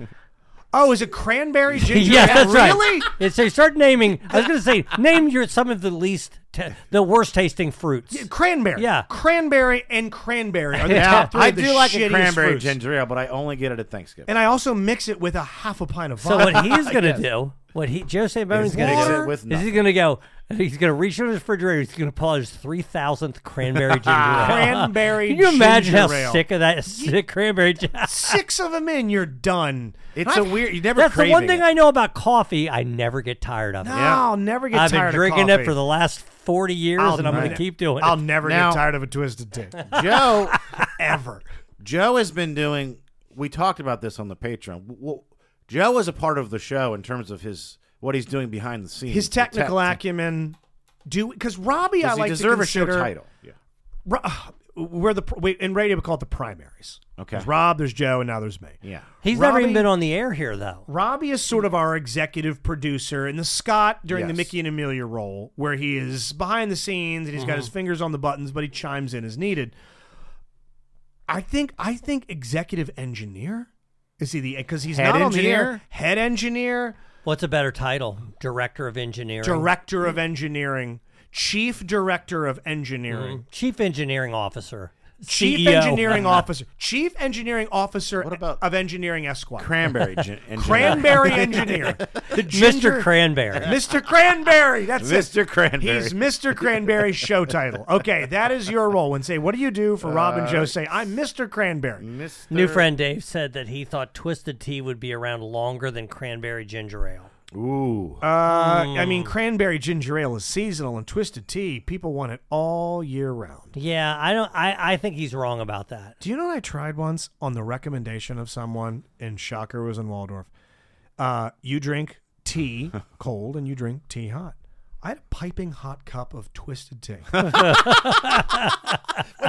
Oh, is it cranberry ginger
yeah,
ale?
that's right.
really?
It's, they start naming. I was going to say name your some of the least, ta the worst tasting fruits.
Cranberry.
Yeah.
Cranberry and cranberry are the
Now,
top three
I
of the
do like a
shittiest
cranberry
fruits.
ginger ale, but I only get it at Thanksgiving.
And I also mix it with a half a pint of
So
vodka.
what he's going to
Yes.
do, what he Jose Bone's
Is
going
mix it
to do,
with
is he's going to go. He's going to reach in his refrigerator. He's going to pull out his three thousandth cranberry ginger ale.
Cranberry
Can you imagine how
ginger ale.
sick of that sick cranberry? ginger
Six of them in, you're done.
It's a
I've-
weird. You never.
That's the one
craving
thing
it.
I know about coffee. I never get tired of it.
No, I'll never get
I've
tired
been drinking
of
it
coffee.
for the last forty years,
I'll
and I'm going to
never-
keep doing
I'll
it.
never
Now-
get tired of a twisted dick.
Joe
Ever.
Joe has been doing. We talked about this on the Patreon. W- w- Joe is a part of the show in terms of his what he's doing behind the scenes.
His
The tech-
technical acumen. Do because Robbie,
Does
I
he
like
deserve
to
a show
consider,
title? Yeah.
Ro- uh, We're the pr- we, in radio. We call it the primaries.
Okay.
There's Rob, there's Joe, and now there's me.
Yeah.
He's never even
Robbie-
been on the air here though.
Robbie is sort of our executive producer, and the Scott during the
Yes.
Mickey and Amelia role, where he is behind the scenes and he's got his
Mm-hmm.
fingers on the buttons, but he chimes in as needed. I think I think executive engineer is he the because he's
Head
not on the
engineer?
air head engineer,
What's a better title? Director of Engineering.
director of engineering, chief director of engineering.
Mhm. Chief Engineering Officer. E
Chief
CEO.
Engineering Officer. Chief Engineering Officer
What about-
of Engineering Esquire.
Cranberry. gin- and ginger ale.
Cranberry Engineer. The ginger-
Mr. Cranberry.
Mr. Cranberry. That's it.
Mr. Cranberry.
He's Mr. Cranberry's show title. Okay, that is your role. And say, what do you do for Rob and
Uh,
Joe? Say, I'm Mr. Cranberry.
Mr.
New friend Dave said that he thought Twisted Tea would be around longer than Cranberry Ginger Ale. Mm.
Ooh.
Uh, I mean, cranberry ginger ale is seasonal, and twisted tea, people want it all year round.
Yeah, I don't. I, I think he's wrong about that.
Do you know what I tried once on the recommendation of someone? And shocker was in Waldorf. Uh, you drink tea cold and you drink tea hot. I had a piping hot cup of twisted tea.
Did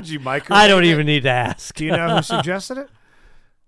you micro?
I don't even need to ask.
Do you know who suggested it?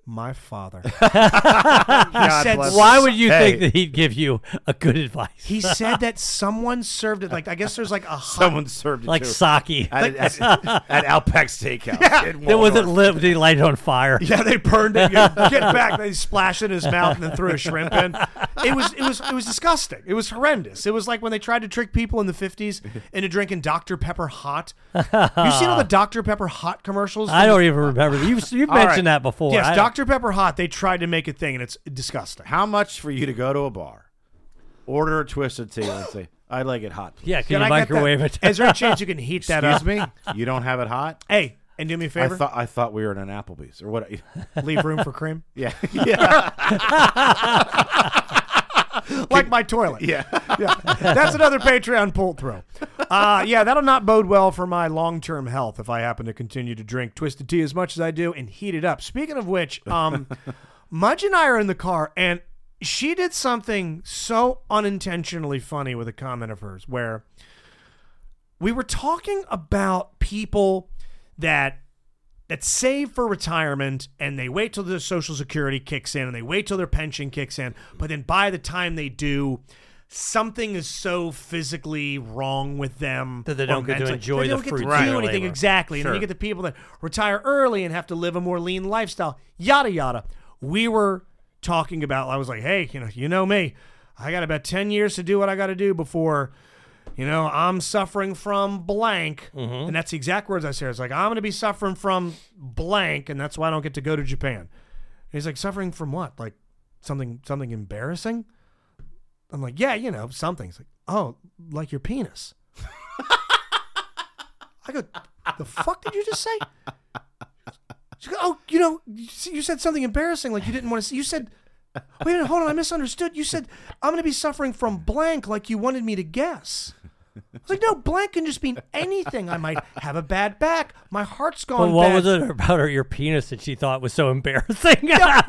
My father.
God
said
bless
Why
us.
would you
Hey,
think that he'd give you a good advice?
He said that someone served it. Like I guess there's like a hot,
someone served it
Like
to him
sake.
at, at, at Outback Steakhouse? in
That wasn't
Waldorf.
lit. He light it on fire.
Yeah, they burned it. You know, Get back! They splashed it in his mouth and then threw a shrimp in. It was it was it was disgusting. It was horrendous. It was like when they tried to trick people in the fifties into drinking Dr Pepper hot. You've seen all the Dr Pepper hot commercials.
I don't even remember. You you
All right.
mentioned that before.
Yes,
I-
Dr Pepper hot. They tried to make a thing, and it's disgusting.
How much for you to go to a bar, order a twisted tea, and say, "I'd like it hot." Please.
Yeah, can,
Can
you
I get that?
microwave it?
Is there a chance you can heat that
Excuse
up?
me. You don't have it hot.
Hey, and do me a
I
favor.
thought I thought we were in an Applebee's or what?
leave room for cream.
Yeah, yeah,
like my toilet.
yeah.
yeah. That's another Patreon pull through. Uh, yeah, that'll not bode well for my long term health if I happen to continue to drink twisted tea as much as I do and heat it up. Speaking of which, um, Mudge and I are in the car, and she did something so unintentionally funny with a comment of hers where we were talking about people that that save for retirement and they wait till their social security kicks in and they wait till their pension kicks in, but then by the time they do, something is so physically wrong with them
That they
or
don't get to
mentally-
enjoy
they
the
don't get to
fruits
do
of their
anything
labor.
exactly. And then
Sure.
you get the people that retire early and have to live a more lean lifestyle. Yada yada. We were talking about. I was like, hey, you know, you know me. I got about ten years to do what I got to do before. You know, I'm suffering from blank, and that's the exact words I said. It's like I'm going to be suffering from blank, and that's why I don't get to go to Japan. And he's like, suffering from what? Like something, something embarrassing. I'm like, yeah, you know, something. He's like, oh, like your penis. I go, the fuck did you just say? She goes, oh, you know, you s- you said something embarrassing, like you didn't want to see. You said, wait a minute, hold on, I misunderstood. You said, I'm going to be suffering from blank, like you wanted me to guess. I was like, no, blank can just mean anything. I might have a bad back. My heart's
But
gone
what
bad.
was it about her, your penis that she thought was so embarrassing?
The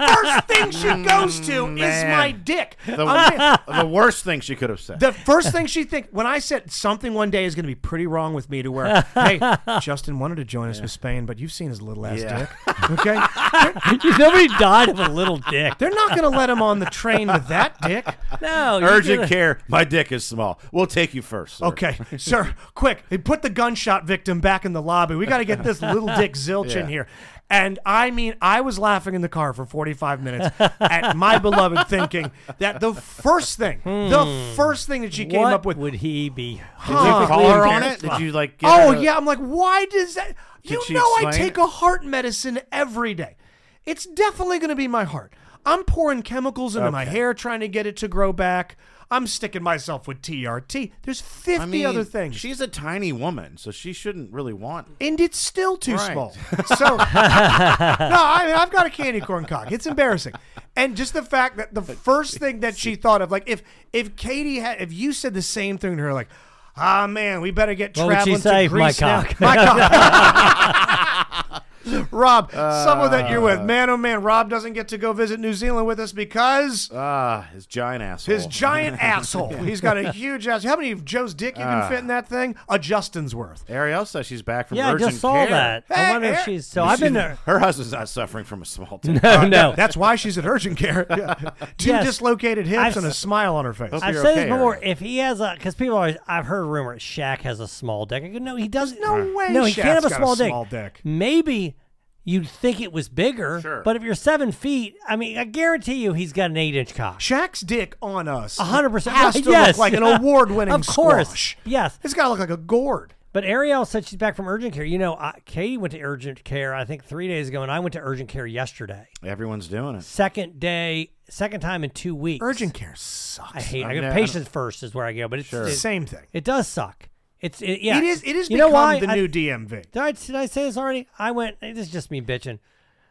first thing she goes to is
Mm, Man.
my dick.
The,
I'm like,
the worst thing she could have said.
The first thing she think when I said something one day is going to be pretty wrong with me to where hey Justin wanted to join us with Spain but you've seen his little ass
Yeah.
dick okay
nobody died of a little dick
they're not going to let him on the train with that dick
no you
Urgent
gotta-
care. My dick is small. We'll take you first. Sir.
okay sir quick they put the gunshot victim back in the lobby we got to get this little dick zilch in
Yeah.
here and I mean I was laughing in the car for 45 minutes at my beloved thinking that the first thing the first thing that she came
Hmm. What
up with
would he be?
Did
Oh,
you Huh.
call her on it? Did you, like, give
oh
her a-
yeah, I'm like, why does that?
Did
You
she
know, I
explain
take a heart medicine every day. It's definitely going to be my heart. I'm pouring chemicals into my
Okay.
hair, trying to get it to grow back. I'm sticking myself with TRT. There's 50
I mean,
other things,
She's a tiny woman, so she shouldn't really want.
and it's still too
Right.
small. So no, I mean, I've got a candy corn cock. It's embarrassing, and just the fact that the first thing that she thought of, like if if Katie had, if you said the same thing to her, like, ah man, we better get
What would she
traveling
say?
to
My
Greece now."
cock.
My cock. Rob, someone that you're
Uh.
with, man, oh man, Rob doesn't get to go visit New Zealand with us because
Ah, his giant asshole.
his giant asshole. He's got a huge ass. How many of Joe's dick you can
Ah.
fit in that thing? A Justin's worth.
Ariel says she's back from
Yeah, I
urgent
just saw
care.
that. I wonder if she's so. I've been there. Uh,
Her husband's not suffering from a small dick.
No, no.
That's why she's at urgent care. Yeah. Two
Oh. Yes.
dislocated hips
I've
and a
s-
smile on her face.
I've said this before. If he has a, because people always, I've heard rumor Shaq has a small dick. I go, no, he doesn't.
no way
No, he
Shaq's
can't have a
got a
small, dick.
small dick.
Maybe you'd think it was bigger,
Sure.
but if you're seven feet, I mean, I guarantee you he's got an eight-inch cock.
Shaq's dick on us.
A hundred percent.
has to
Yes.
look like an award-winning
Of course.
squash.
Yes.
It's got to look like a gourd.
But Ariel said she's back from urgent care. You know, I, Katie went to urgent care, I think, three days ago, and I went to urgent care yesterday.
Everyone's doing it.
Second day, second time in two weeks.
Urgent care sucks.
I hate.
I'm
I
not-
go
I
patients first is where I go, but it's
Sure.
it-
Same thing.
It does suck. It's it, yeah.
It is. It is.
You know
become
why?
The
I-
new DMV.
Did I, did I say this already? I went. This is just me bitching.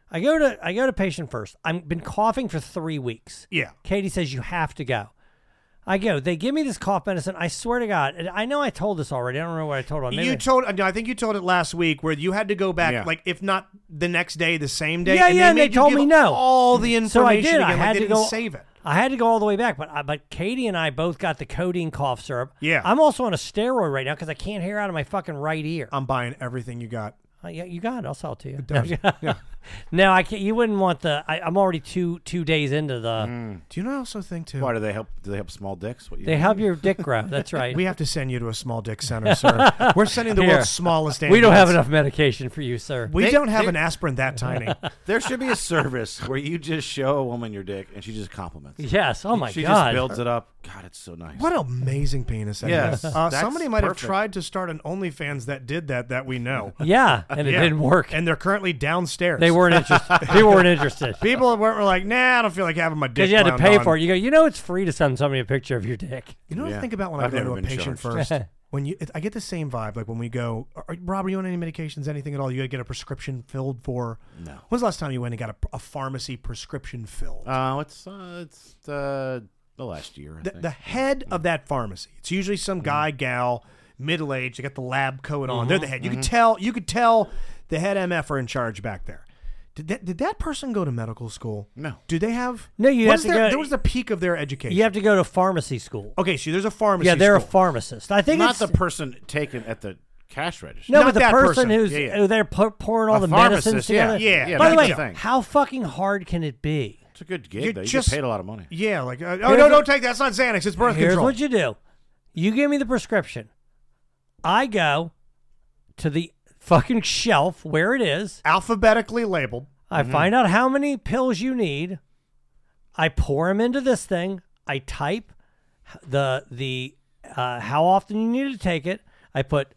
I go to I go to patient first. I've been coughing for three weeks.
Yeah.
Katie says you have to go. I go. They give me this cough medicine. I swear to God. and I know I told this already. I don't remember what I told her. Maybe
You told. no, I think you told it last week where you had to go back,
Yeah.
like if not the next day, the same day.
Yeah,
and
yeah.
They
and they
made you
told
give
me no.
All the information.
So I did.
Again,
I
like,
had
they
to
didn't
go
save it.
I had to go all the way back, but I, but Katie and I both got the codeine cough syrup.
Yeah.
I'm also on a steroid right now because I can't hear out of my fucking right ear.
I'm buying everything you got.
Uh, yeah, you got it. I'll sell it to you. no, I can't. You wouldn't want the. I, I'm already two two days into the.
Mm.
Do you know? I also think too.
Why do they help? Do they help small dicks? What you
They help your dick grow. That's right.
We have to send you to a small dick center, sir. We're sending the
Here.
world's smallest.
We don't
ambulance.
have enough medication for you, sir.
We
They-
don't have
they-
an aspirin that tiny.
There should be a service where you just show a woman your dick and she just compliments. it.
Yes. Oh my
she
God.
just builds it up. God, it's so nice.
What an amazing penis that
Yes,
is. Uh,
that's
somebody might
perfect.
have tried to start an OnlyFans that did that that we know.
Yeah, and it didn't work.
And they're currently downstairs.
They weren't interested. People weren't interested.
People weren't were like, nah, I don't feel like having my dick.
Because you had to
clowned
pay
on."
for it. You go. You know, it's free to send somebody a picture of your dick.
You know what
Yeah.
I think about when i
I've
go
never
to a
been
patient
charged.
first? when you, it, I get the same vibe. Like when we go, "Are- are- Rob, are you on any medications, anything at all? You got to get a prescription filled for. No. When's the last time you went and got a, a pharmacy prescription filled?
Uh, it's uh, it's uh, the last year. I
the,
think.
the head of that pharmacy. It's usually some
Mm-hmm.
guy, gal, middle aged. They got the lab coat on.
Mm-hmm,
They're the head. You could tell. You could tell the head MF are in charge back there. Did that, did that person go to medical school?
No.
Do they have?
No, you
what
have
is
to
their,
go-
There was the peak of their education.
You have to go to pharmacy school.
Okay, so there's a pharmacy.
yeah, they're a
school.
pharmacist. I think
not
it's
the person taken at the cash register.
No,
Not
but the
that
person, who's
Yeah, yeah.
who they're pu- pouring all
A
the medicines
pharmacist, yeah,
together.
yeah, yeah,
By the
that's
way,
the thing.
how fucking hard can it be?
It's a good gig,
You
though. You
just-
get paid a lot of money.
Yeah, like uh, oh
Here's
no,
what-
don't take that. It's not Xanax. It's birth
Here's
control.
what you do: you give me the prescription. I go to the fucking shelf where it is,
alphabetically labeled.
I
Mm-hmm.
Mhm.
find out how many pills you need. I pour them into this thing. I type the the uh, how often you need to take it. I put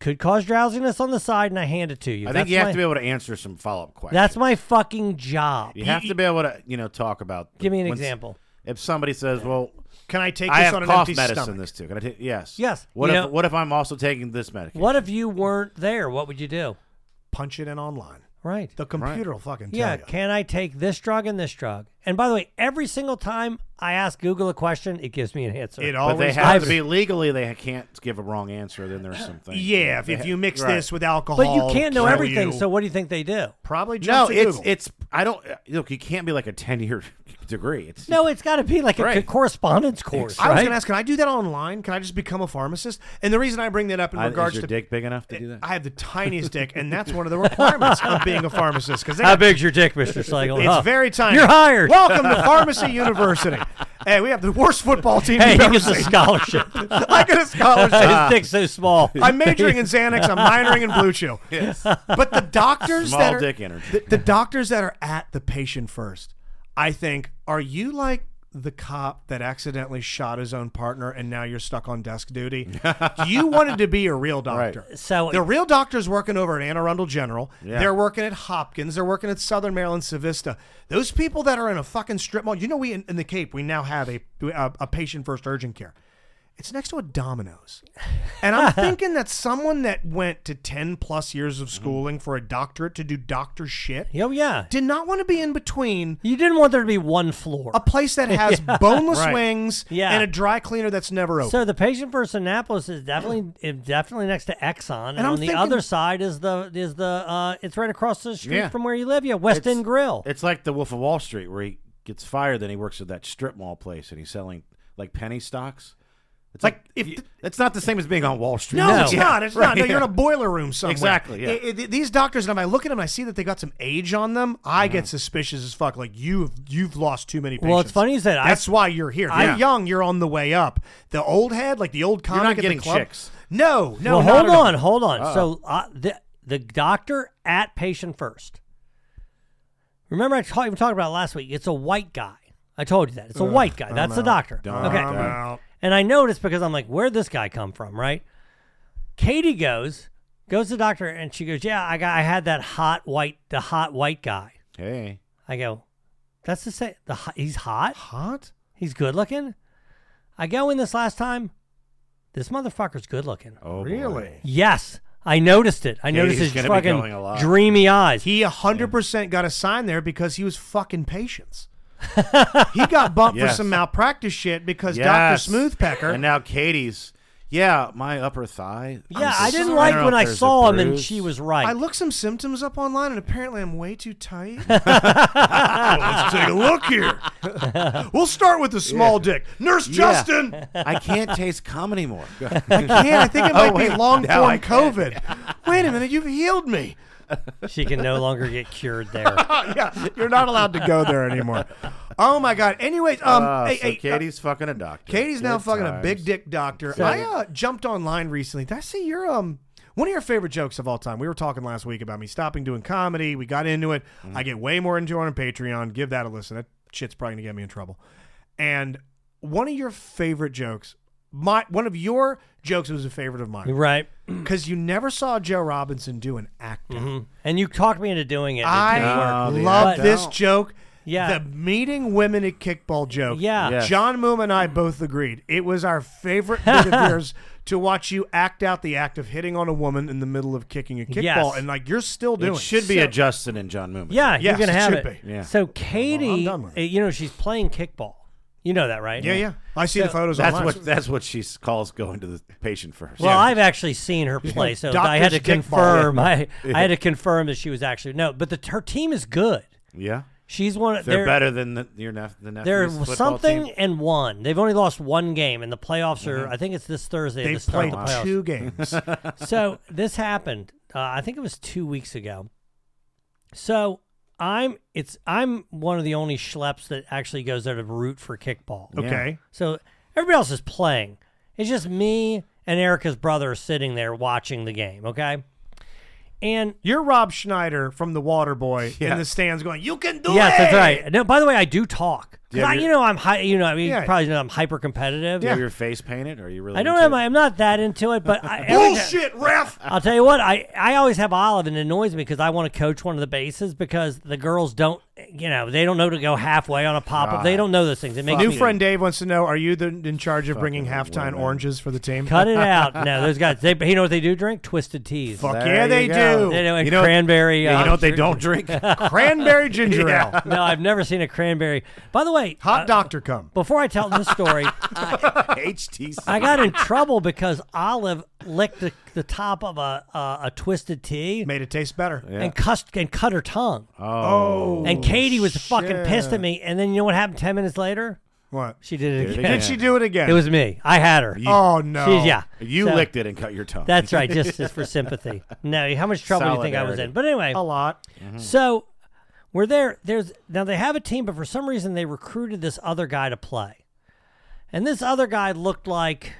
could cause drowsiness on the side, and I hand it to you.
I think
That's
you have
my-
to be able to answer some follow up questions.
That's my fucking job.
You have to be able to, you know, talk about.
Give me an
when s-
example.
If somebody says, "Well,
Can I take
I
this
have
on an
cough
empty
medicine
stomach?
this too? Can I take yes?
Yes.
What
You
if
know-
what if I'm also taking this medication?
What if you weren't there? What would you do?
Punch it in online.
Right.
The computer will fucking tell
Yeah,
you.
can I take this drug and this drug? And by the way, every single time I ask Google a question, it gives me an answer.
It
But they
always
have to
does.
be legally. They can't give a wrong answer. Then there's something.
Yeah, if, if you mix this with alcohol,
But you can't know
kill
everything,
you.
so what do you think they do?
probably
No,
jump to
it's
Google.
it's. I don't look. You can't be like a ten year degree. It's
No, it's got to be like a
Right.
correspondence course,
I was
right?
going to ask, can I do that online? Can I just become a pharmacist? And the reason I bring that up in
I- is
regards
your
to
dick big enough to do that?
I have the tiniest dick, and that's one of the requirements of being a pharmacist. Because
How big's your dick, Mr. Slagle?
It's
Huh.
very tiny.
Uh-huh. You're hired.
Welcome to Pharmacy University. Hey, we have the worst football team.
Hey,
you've
he
ever
gets a
seen.
scholarship.
I get a scholarship.
His dick's so small.
uh, I'm majoring in Xanax. I'm minoring in Blue Chew.
Yes.
But the doctors
Small
that are
dick energy.
The, the doctors that are at the patient first, I think, are you like the cop that accidentally shot his own partner and now you're stuck on desk duty? you wanted to be a real doctor.
So-
the real doctor's working over at Anne Arundel General.
Yeah.
They're working at Hopkins. They're working at Southern Maryland Savista. Those people that are in a fucking strip mall. You know, we in, in the Cape we now have a a, a patient first urgent care. It's next to a Domino's. And I'm thinking that someone that went to 10 plus years of schooling for a doctorate to do doctor shit
Oh, yeah.
did not want to be in between
You didn't want there to be one floor.
a place that has boneless
Right.
wings
Yeah.
and a dry cleaner that's never open.
So the patient first Annapolis is definitely is definitely next to Exxon, and,
And I'm
on the
thinking-
other side is the is the uh, it's right across the street
Yeah.
from where you live. Yeah, West
It's-
End Grill.
It's like the Wolf of Wall Street, where he gets fired, then he works at that strip mall place, and he's selling like penny stocks. It's like, if that's not the same as being on Wall Street.
no,
No.
it's not. It's
Right,
not. No,
yeah.
you're in a boiler room somewhere.
Exactly, yeah.
I- I- these doctors, and I look at them, I see that they got some age on them. I get suspicious as fuck. Like you've you've lost too many. Patients.
Well, it's funny you said- I-
that's why you're here. If
Yeah.
You're young. You're on the way up. The old head, like the old comic
not
at the
getting
club-
chicks.
No, no.
well,
not
hold
at all. Uh-uh.
on, hold on. So uh, the the doctor at patient first. Remember, I ta- even talked about it last week. It's a white guy. I told you that. It's a white guy. That's the doctor.
Don't
okay.
Um,
I'm out.
And I noticed because I'm like, where'd this guy come from, right? Katie goes goes to the doctor and she goes, yeah, I got I had that hot white the hot white guy.
Hey,
I go, that's the same. The ho- he's hot.
Hot?
He's good looking. I go in this last time. This motherfucker's good looking.
oh, boy.
Really?
Yes, I noticed it. I noticed
Katie's
his
gonna be
fucking
going a lot.
dreamy eyes.
He 100% got a sign there because he was fucking patients. he got bumped for
Yes.
some malpractice shit because
Yes.
Dr. Smoothpecker.
And now Katie's. Yeah, my upper thigh. I'm
yeah, I
just-
didn't
don't
like
know
when
if
I
there's a
saw him and
bruise.
she was right.
I looked some symptoms up online and apparently I'm way too tight.
Let's take a look here.
we'll start with the small dick. Nurse Justin!
I can't taste cum anymore.
I can't. I think it might
Oh,
be
wait.
long
Now I
form
can.
COVID. Wait a minute, you've healed me.
she can no longer get cured there.
yeah, you're not allowed to go there anymore. Oh my God. Anyways, um,
Ah,
hey,
so
hey, uh,
Katie's fucking a doctor.
Katie's now
Good
fucking a
times.
big dick doctor. I uh, jumped online recently. Did I see your um one of your favorite jokes of all time? We were talking last week about me stopping doing comedy. We got into it.
Mm-hmm.
I get way more into it on Patreon. Give that a listen. That shit's probably gonna get me in trouble. And one of your favorite jokes, my one of your jokes was a favorite of mine
right.
because you never saw Joe Robinson do an acting.
Mm-hmm. And you talked me into doing it. It didn't work.
I
No, the
love
act
this
out.
joke.
Yeah.
The meeting women at kickball joke.
Yeah.
Yes.
John Moom and I both agreed. It was our favorite bit of yours to watch you act out the act of hitting on a woman in the middle of kicking a kickball.
Yes.
And like you're still doing
It should be a Justin and John Moomin.
Yeah,
Yes,
you can
it
have
should
it.
be.
Yeah.
So Katie,
done with
uh, you know, she's playing kickball. You know that, right?
Yeah, yeah. I see the photos
That's
online.
what that's what she s- calls going to the patient first.
Well, I've actually seen her play, so I had to
Doctor's kickball.
confirm. I, I had to confirm that she was actually no, but the her team is good.
yeah.
She's one. of
They're, better than the, your nep- the nephews.
They're
football
something
team. Mm-hmm.
and one. They've only lost one game, and the playoffs are. I think it's this Thursday.
They
the start of
played
the playoffs.
two games.
so this happened. Uh, I think it was two weeks ago. So I'm. It's. I'm one of the only schleps that actually goes there to root for kickball.
Okay. Yeah.
So everybody else is playing. It's just me and Erica's brother are sitting there watching the game. Okay. And
you're Rob Schneider from The Water Boy in the
Yes.
stands going, "You can do
yes,
it."
that's right. No, by the way, I do talk. 'Cause
Yeah,
I,
you're-
you know, I'm high. You know, I mean,
Yeah.
you probably know I'm hyper competitive.
Do you have your face painted? Or are you really?
I don't
into
know. I'm not that into it, but I, every ti-
Bullshit, ref.
I'll tell you what. I, I always have Olive, and it annoys me because I want to coach one of the bases because the girls don't. You know, they don't know to go halfway on a pop up. They don't know those things. It makes
New
me,
friend Dave wants to know: Are you the, in charge of bringing halftime oranges for the team?
Cut it out. No, those guys. They, you know what they do? Drink twisted teas.
Fuck yeah, they do.
They know, and
You know-
cranberry. uh,
Yeah, you know what they don't drink? Cranberry ginger
Yeah.
ale.
No, I've never seen a cranberry. By the way,
hot
uh,
doctor come.
Before I tell this story,
HTC.
I got in trouble because Olive licked the, the top of a uh, a twisted tea.
Made it taste better.
Yeah.
And cussed and cut her tongue.
Oh.
And Katie was fucking pissed
shit.
at me. And then you know what happened ten minutes later?
What?
She did it
Did it
again.
again. Did she do
it again?
It was me. I had her.
You-
Oh, no.
She's- yeah.
You
So-
licked it and cut your tongue.
That's right. Just, just for sympathy. No, how much trouble do you think I was
Solidarity.
in? But anyway,
a lot. Mm-hmm.
So we're there. There's now they have a team, but for some reason they recruited this other guy to play, and this other guy looked like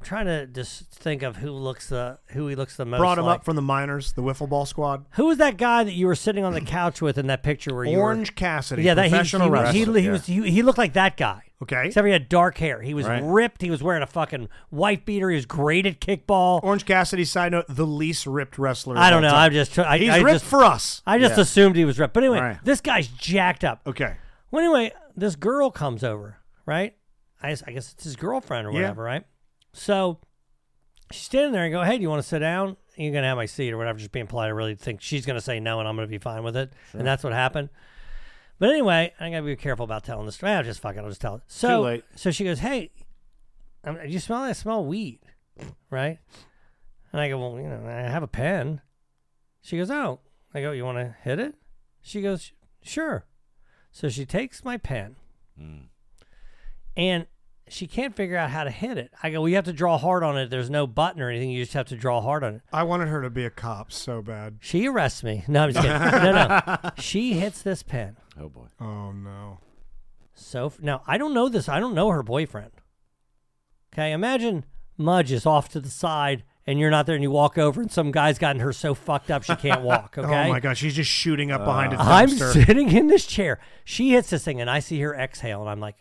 I'm trying to just think of who looks the who he looks the most.
Brought him
like.
up from the minors, the wiffle ball squad.
Who was that guy that you were sitting on the couch with in that picture where you were-
Orange Cassidy,
Yeah, that he-
professional
he, was- he,
wrestler,
he
yeah.
was he, he looked like that guy.
Okay.
Except he had dark hair. He was
Right.
ripped. He was wearing a fucking white beater. He was great at kickball.
Orange Cassidy, side note, the least ripped wrestler. of
I don't
all
know.
time.
I'm just. I,
he's
I
ripped
just,
for us.
I just assumed he was ripped. But anyway,
Right.
this guy's jacked up.
Okay.
Well, anyway, this girl comes over, right? I, guess- I guess it's his girlfriend or
Yeah.
whatever, right? So she's standing there and go, "Hey, do you want to sit down? You're gonna have my seat or whatever." Just being polite. I really think she's gonna say no, and I'm gonna be fine with it. And that's what happened. But anyway, I gotta be careful about telling the story. I'll just fuck it. I'll just tell it. So,
late.
so she goes, "Hey, I'm, do you smell? that? I smell weed, right?" And I go, "Well, you know, I have a pen." She goes, "Oh." I go, "You want to hit it?" She goes, "Sure." So she takes my pen, and she can't figure out how to hit it. I go, "Well, you have to draw hard on it. There's no button or anything. You just have to draw hard on it."
I wanted her to be a cop so bad.
She arrests me. No, I'm just kidding. no, no. She hits this pen.
Oh boy.
Oh no.
So f- now I don't know this. I don't know her boyfriend. Okay, imagine Mudge is off to the side and you're not there, and you walk over, and some guy's gotten her so fucked up she can't walk. Okay.
Oh my gosh, he's just shooting up behind a
I'm
dumpster.
sitting in this chair. She hits this thing, and I see her exhale, and I'm like,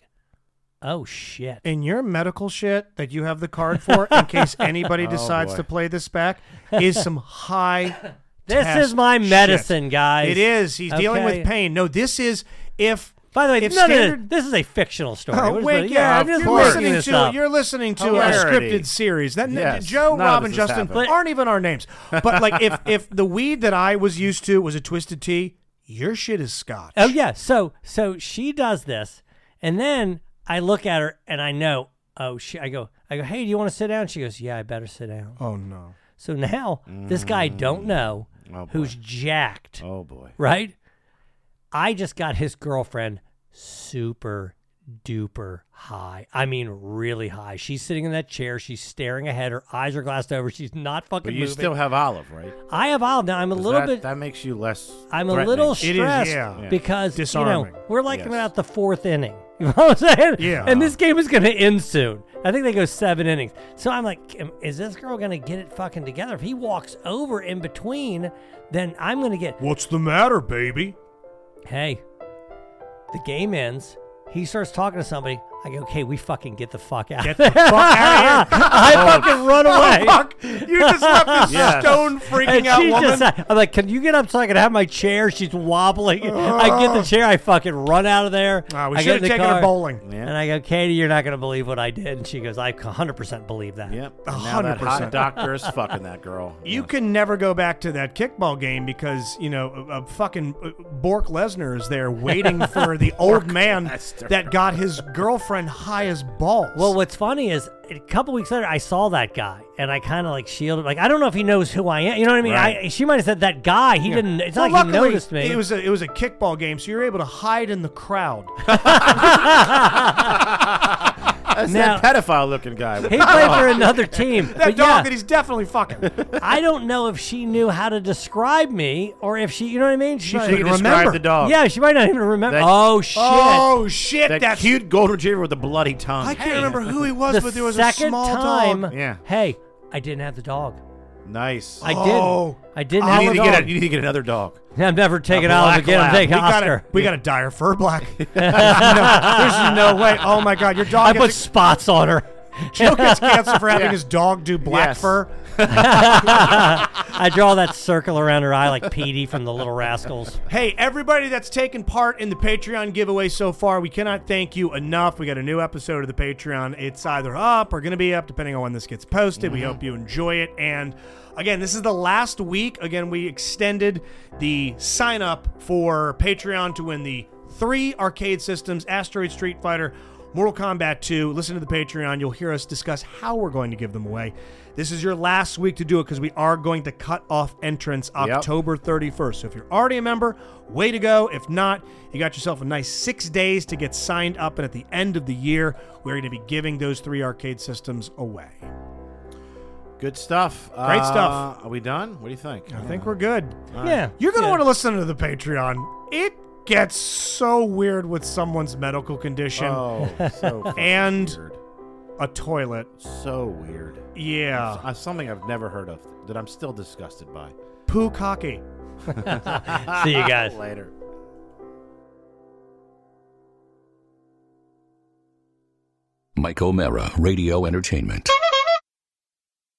"Oh shit!"
and your medical shit that you have the card for in case anybody
Oh,
decides
boy.
to play this back is some high
This
test
is my
shit.
medicine, guys.
It is. He's dealing with
Okay.
pain. No, this is if
By the way,
if
no, no, no,
standard
this is a fictional story.
Oh,
We're just
wait,
like,
yeah,
I'm
you're
just making
listening
this
to
up.
you're listening to
Hilarity.
a scripted series. That
Yes,
Joe,
none of
Rob,
this
and
has
Justin
happened.
aren't even our names. But like, if if the weed that I was used to was a twisted tea, your shit is Scott.
Oh yeah. So so she does this, and then I look at her and I know. Oh, she. I go. I go. Hey, do you want to sit down? She goes. Yeah, I better sit down.
Oh no.
So now this guy I don't know
Mm. Oh, boy.
who's jacked,
Oh boy.
right? I just got his girlfriend super duper high. I mean, really high. She's sitting in that chair. She's staring ahead. Her eyes are glassed over. She's not fucking.
But you
moving.
still have olive, right?
I have all now. I'm a
'Cause
little
that,
bit.
That makes you less.
I'm a
threatening.
little
It is,
stressed
yeah. Yeah.
because
Disarming.
you know we're like
Yes.
about the fourth inning. You know what I'm saying?
Yeah.
And this game is going to end soon. I think they go seven innings. So I'm like, "Am- is this girl going to get it fucking together? If he walks over in between, then I'm going to get.
What's the matter, baby?
Hey, the game ends. He starts talking to somebody. I go, okay, we fucking get the fuck out.
Get the fuck out of here.
I
Oh,
fucking run
oh,
away.
fuck. You just left this
Yes.
stone freaking
And
out
she
woman.
just- I'm like, can you get up so I can have my chair? She's wobbling. I get the chair. I fucking run out of there.
Ah, we
I
should
get
have
in the
taken her
car,
bowling.
Yeah.
And I go, Katie, you're not going to believe what I did. And she goes, I 100% believe that.
Yep. And now that
100%.
hot doctor is fucking that girl.
You can never go back to that kickball game because you know a, a fucking uh, Bork Lesnar is there waiting for the old man
Lesnar.
that got his girlfriend high as balls.
Well, what's funny is a couple weeks later, I saw that guy and I kind of like shielded. Like, I don't know if he knows who I am. You know what I mean?
Right.
I, she might have said that guy. He
Yeah.
didn't. It's
Well,
not like
luckily,
he noticed me.
It was a, it was a kickball game, so you're able to hide in the crowd.
That's
Now-
that pedophile looking guy.
he played for another team.
that
but
dog
yeah.
that he's definitely fucking.
I don't know if she knew how to describe me or if she, you know what I mean? She,
She
might
could
even
describe the dog.
Yeah, she might not even remember.
That-
oh shit!
Oh shit!
that
that's
cute golden retriever with the bloody tongue.
I can't remember who he was,
the
but there was a
second
small
time.
dog.
Yeah.
Hey, I didn't have the dog.
Nice.
I
Oh.
did. I didn't.
you,
have
need
the
to get
dog.
a- you need to get another dog.
I'm never taking
A
Olive
black
again. I'm
lab.
taking
We gotta-
Oscar.
We got a dire fur black. there's, no, there's no way. Oh my god, your dog.
I
gets
put
a-
spots on her.
Joe gets cancer for having
Yeah.
his dog do black
Yes.
fur.
I draw that circle around her eye like Petey from the Little Rascals.
Hey, everybody that's taken part in the Patreon giveaway so far, we cannot thank you enough. We got a new episode of the Patreon. It's either up or going to be up, depending on when this gets posted. We hope you enjoy it. And again, this is the last week. Again, we extended the sign up for Patreon to win the three arcade systems Asteroid Street Fighter, Mortal Kombat 2. Listen to the Patreon. You'll hear us discuss how we're going to give them away. This is your last week to do it because we are going to cut off entrance October 31st. So if you're already a member, way to go. If not, you got yourself a nice six days to get signed up. And at the end of the year, we're going to be giving those three arcade systems away.
Good stuff.
Great
Uh,
stuff.
Are we done? What do you think? Oh,
I think we're good.
All right.
Yeah,
You're going to
yeah.
want to listen to the Patreon. It gets so weird with someone's medical condition
Oh, so fucking
And-
weird.
a toilet.
so weird.
Yeah.
Uh, something I've never heard of that I'm still disgusted by.
Poo cocky.
See you guys.
Later.
Mike O'Mara, Radio Entertainment.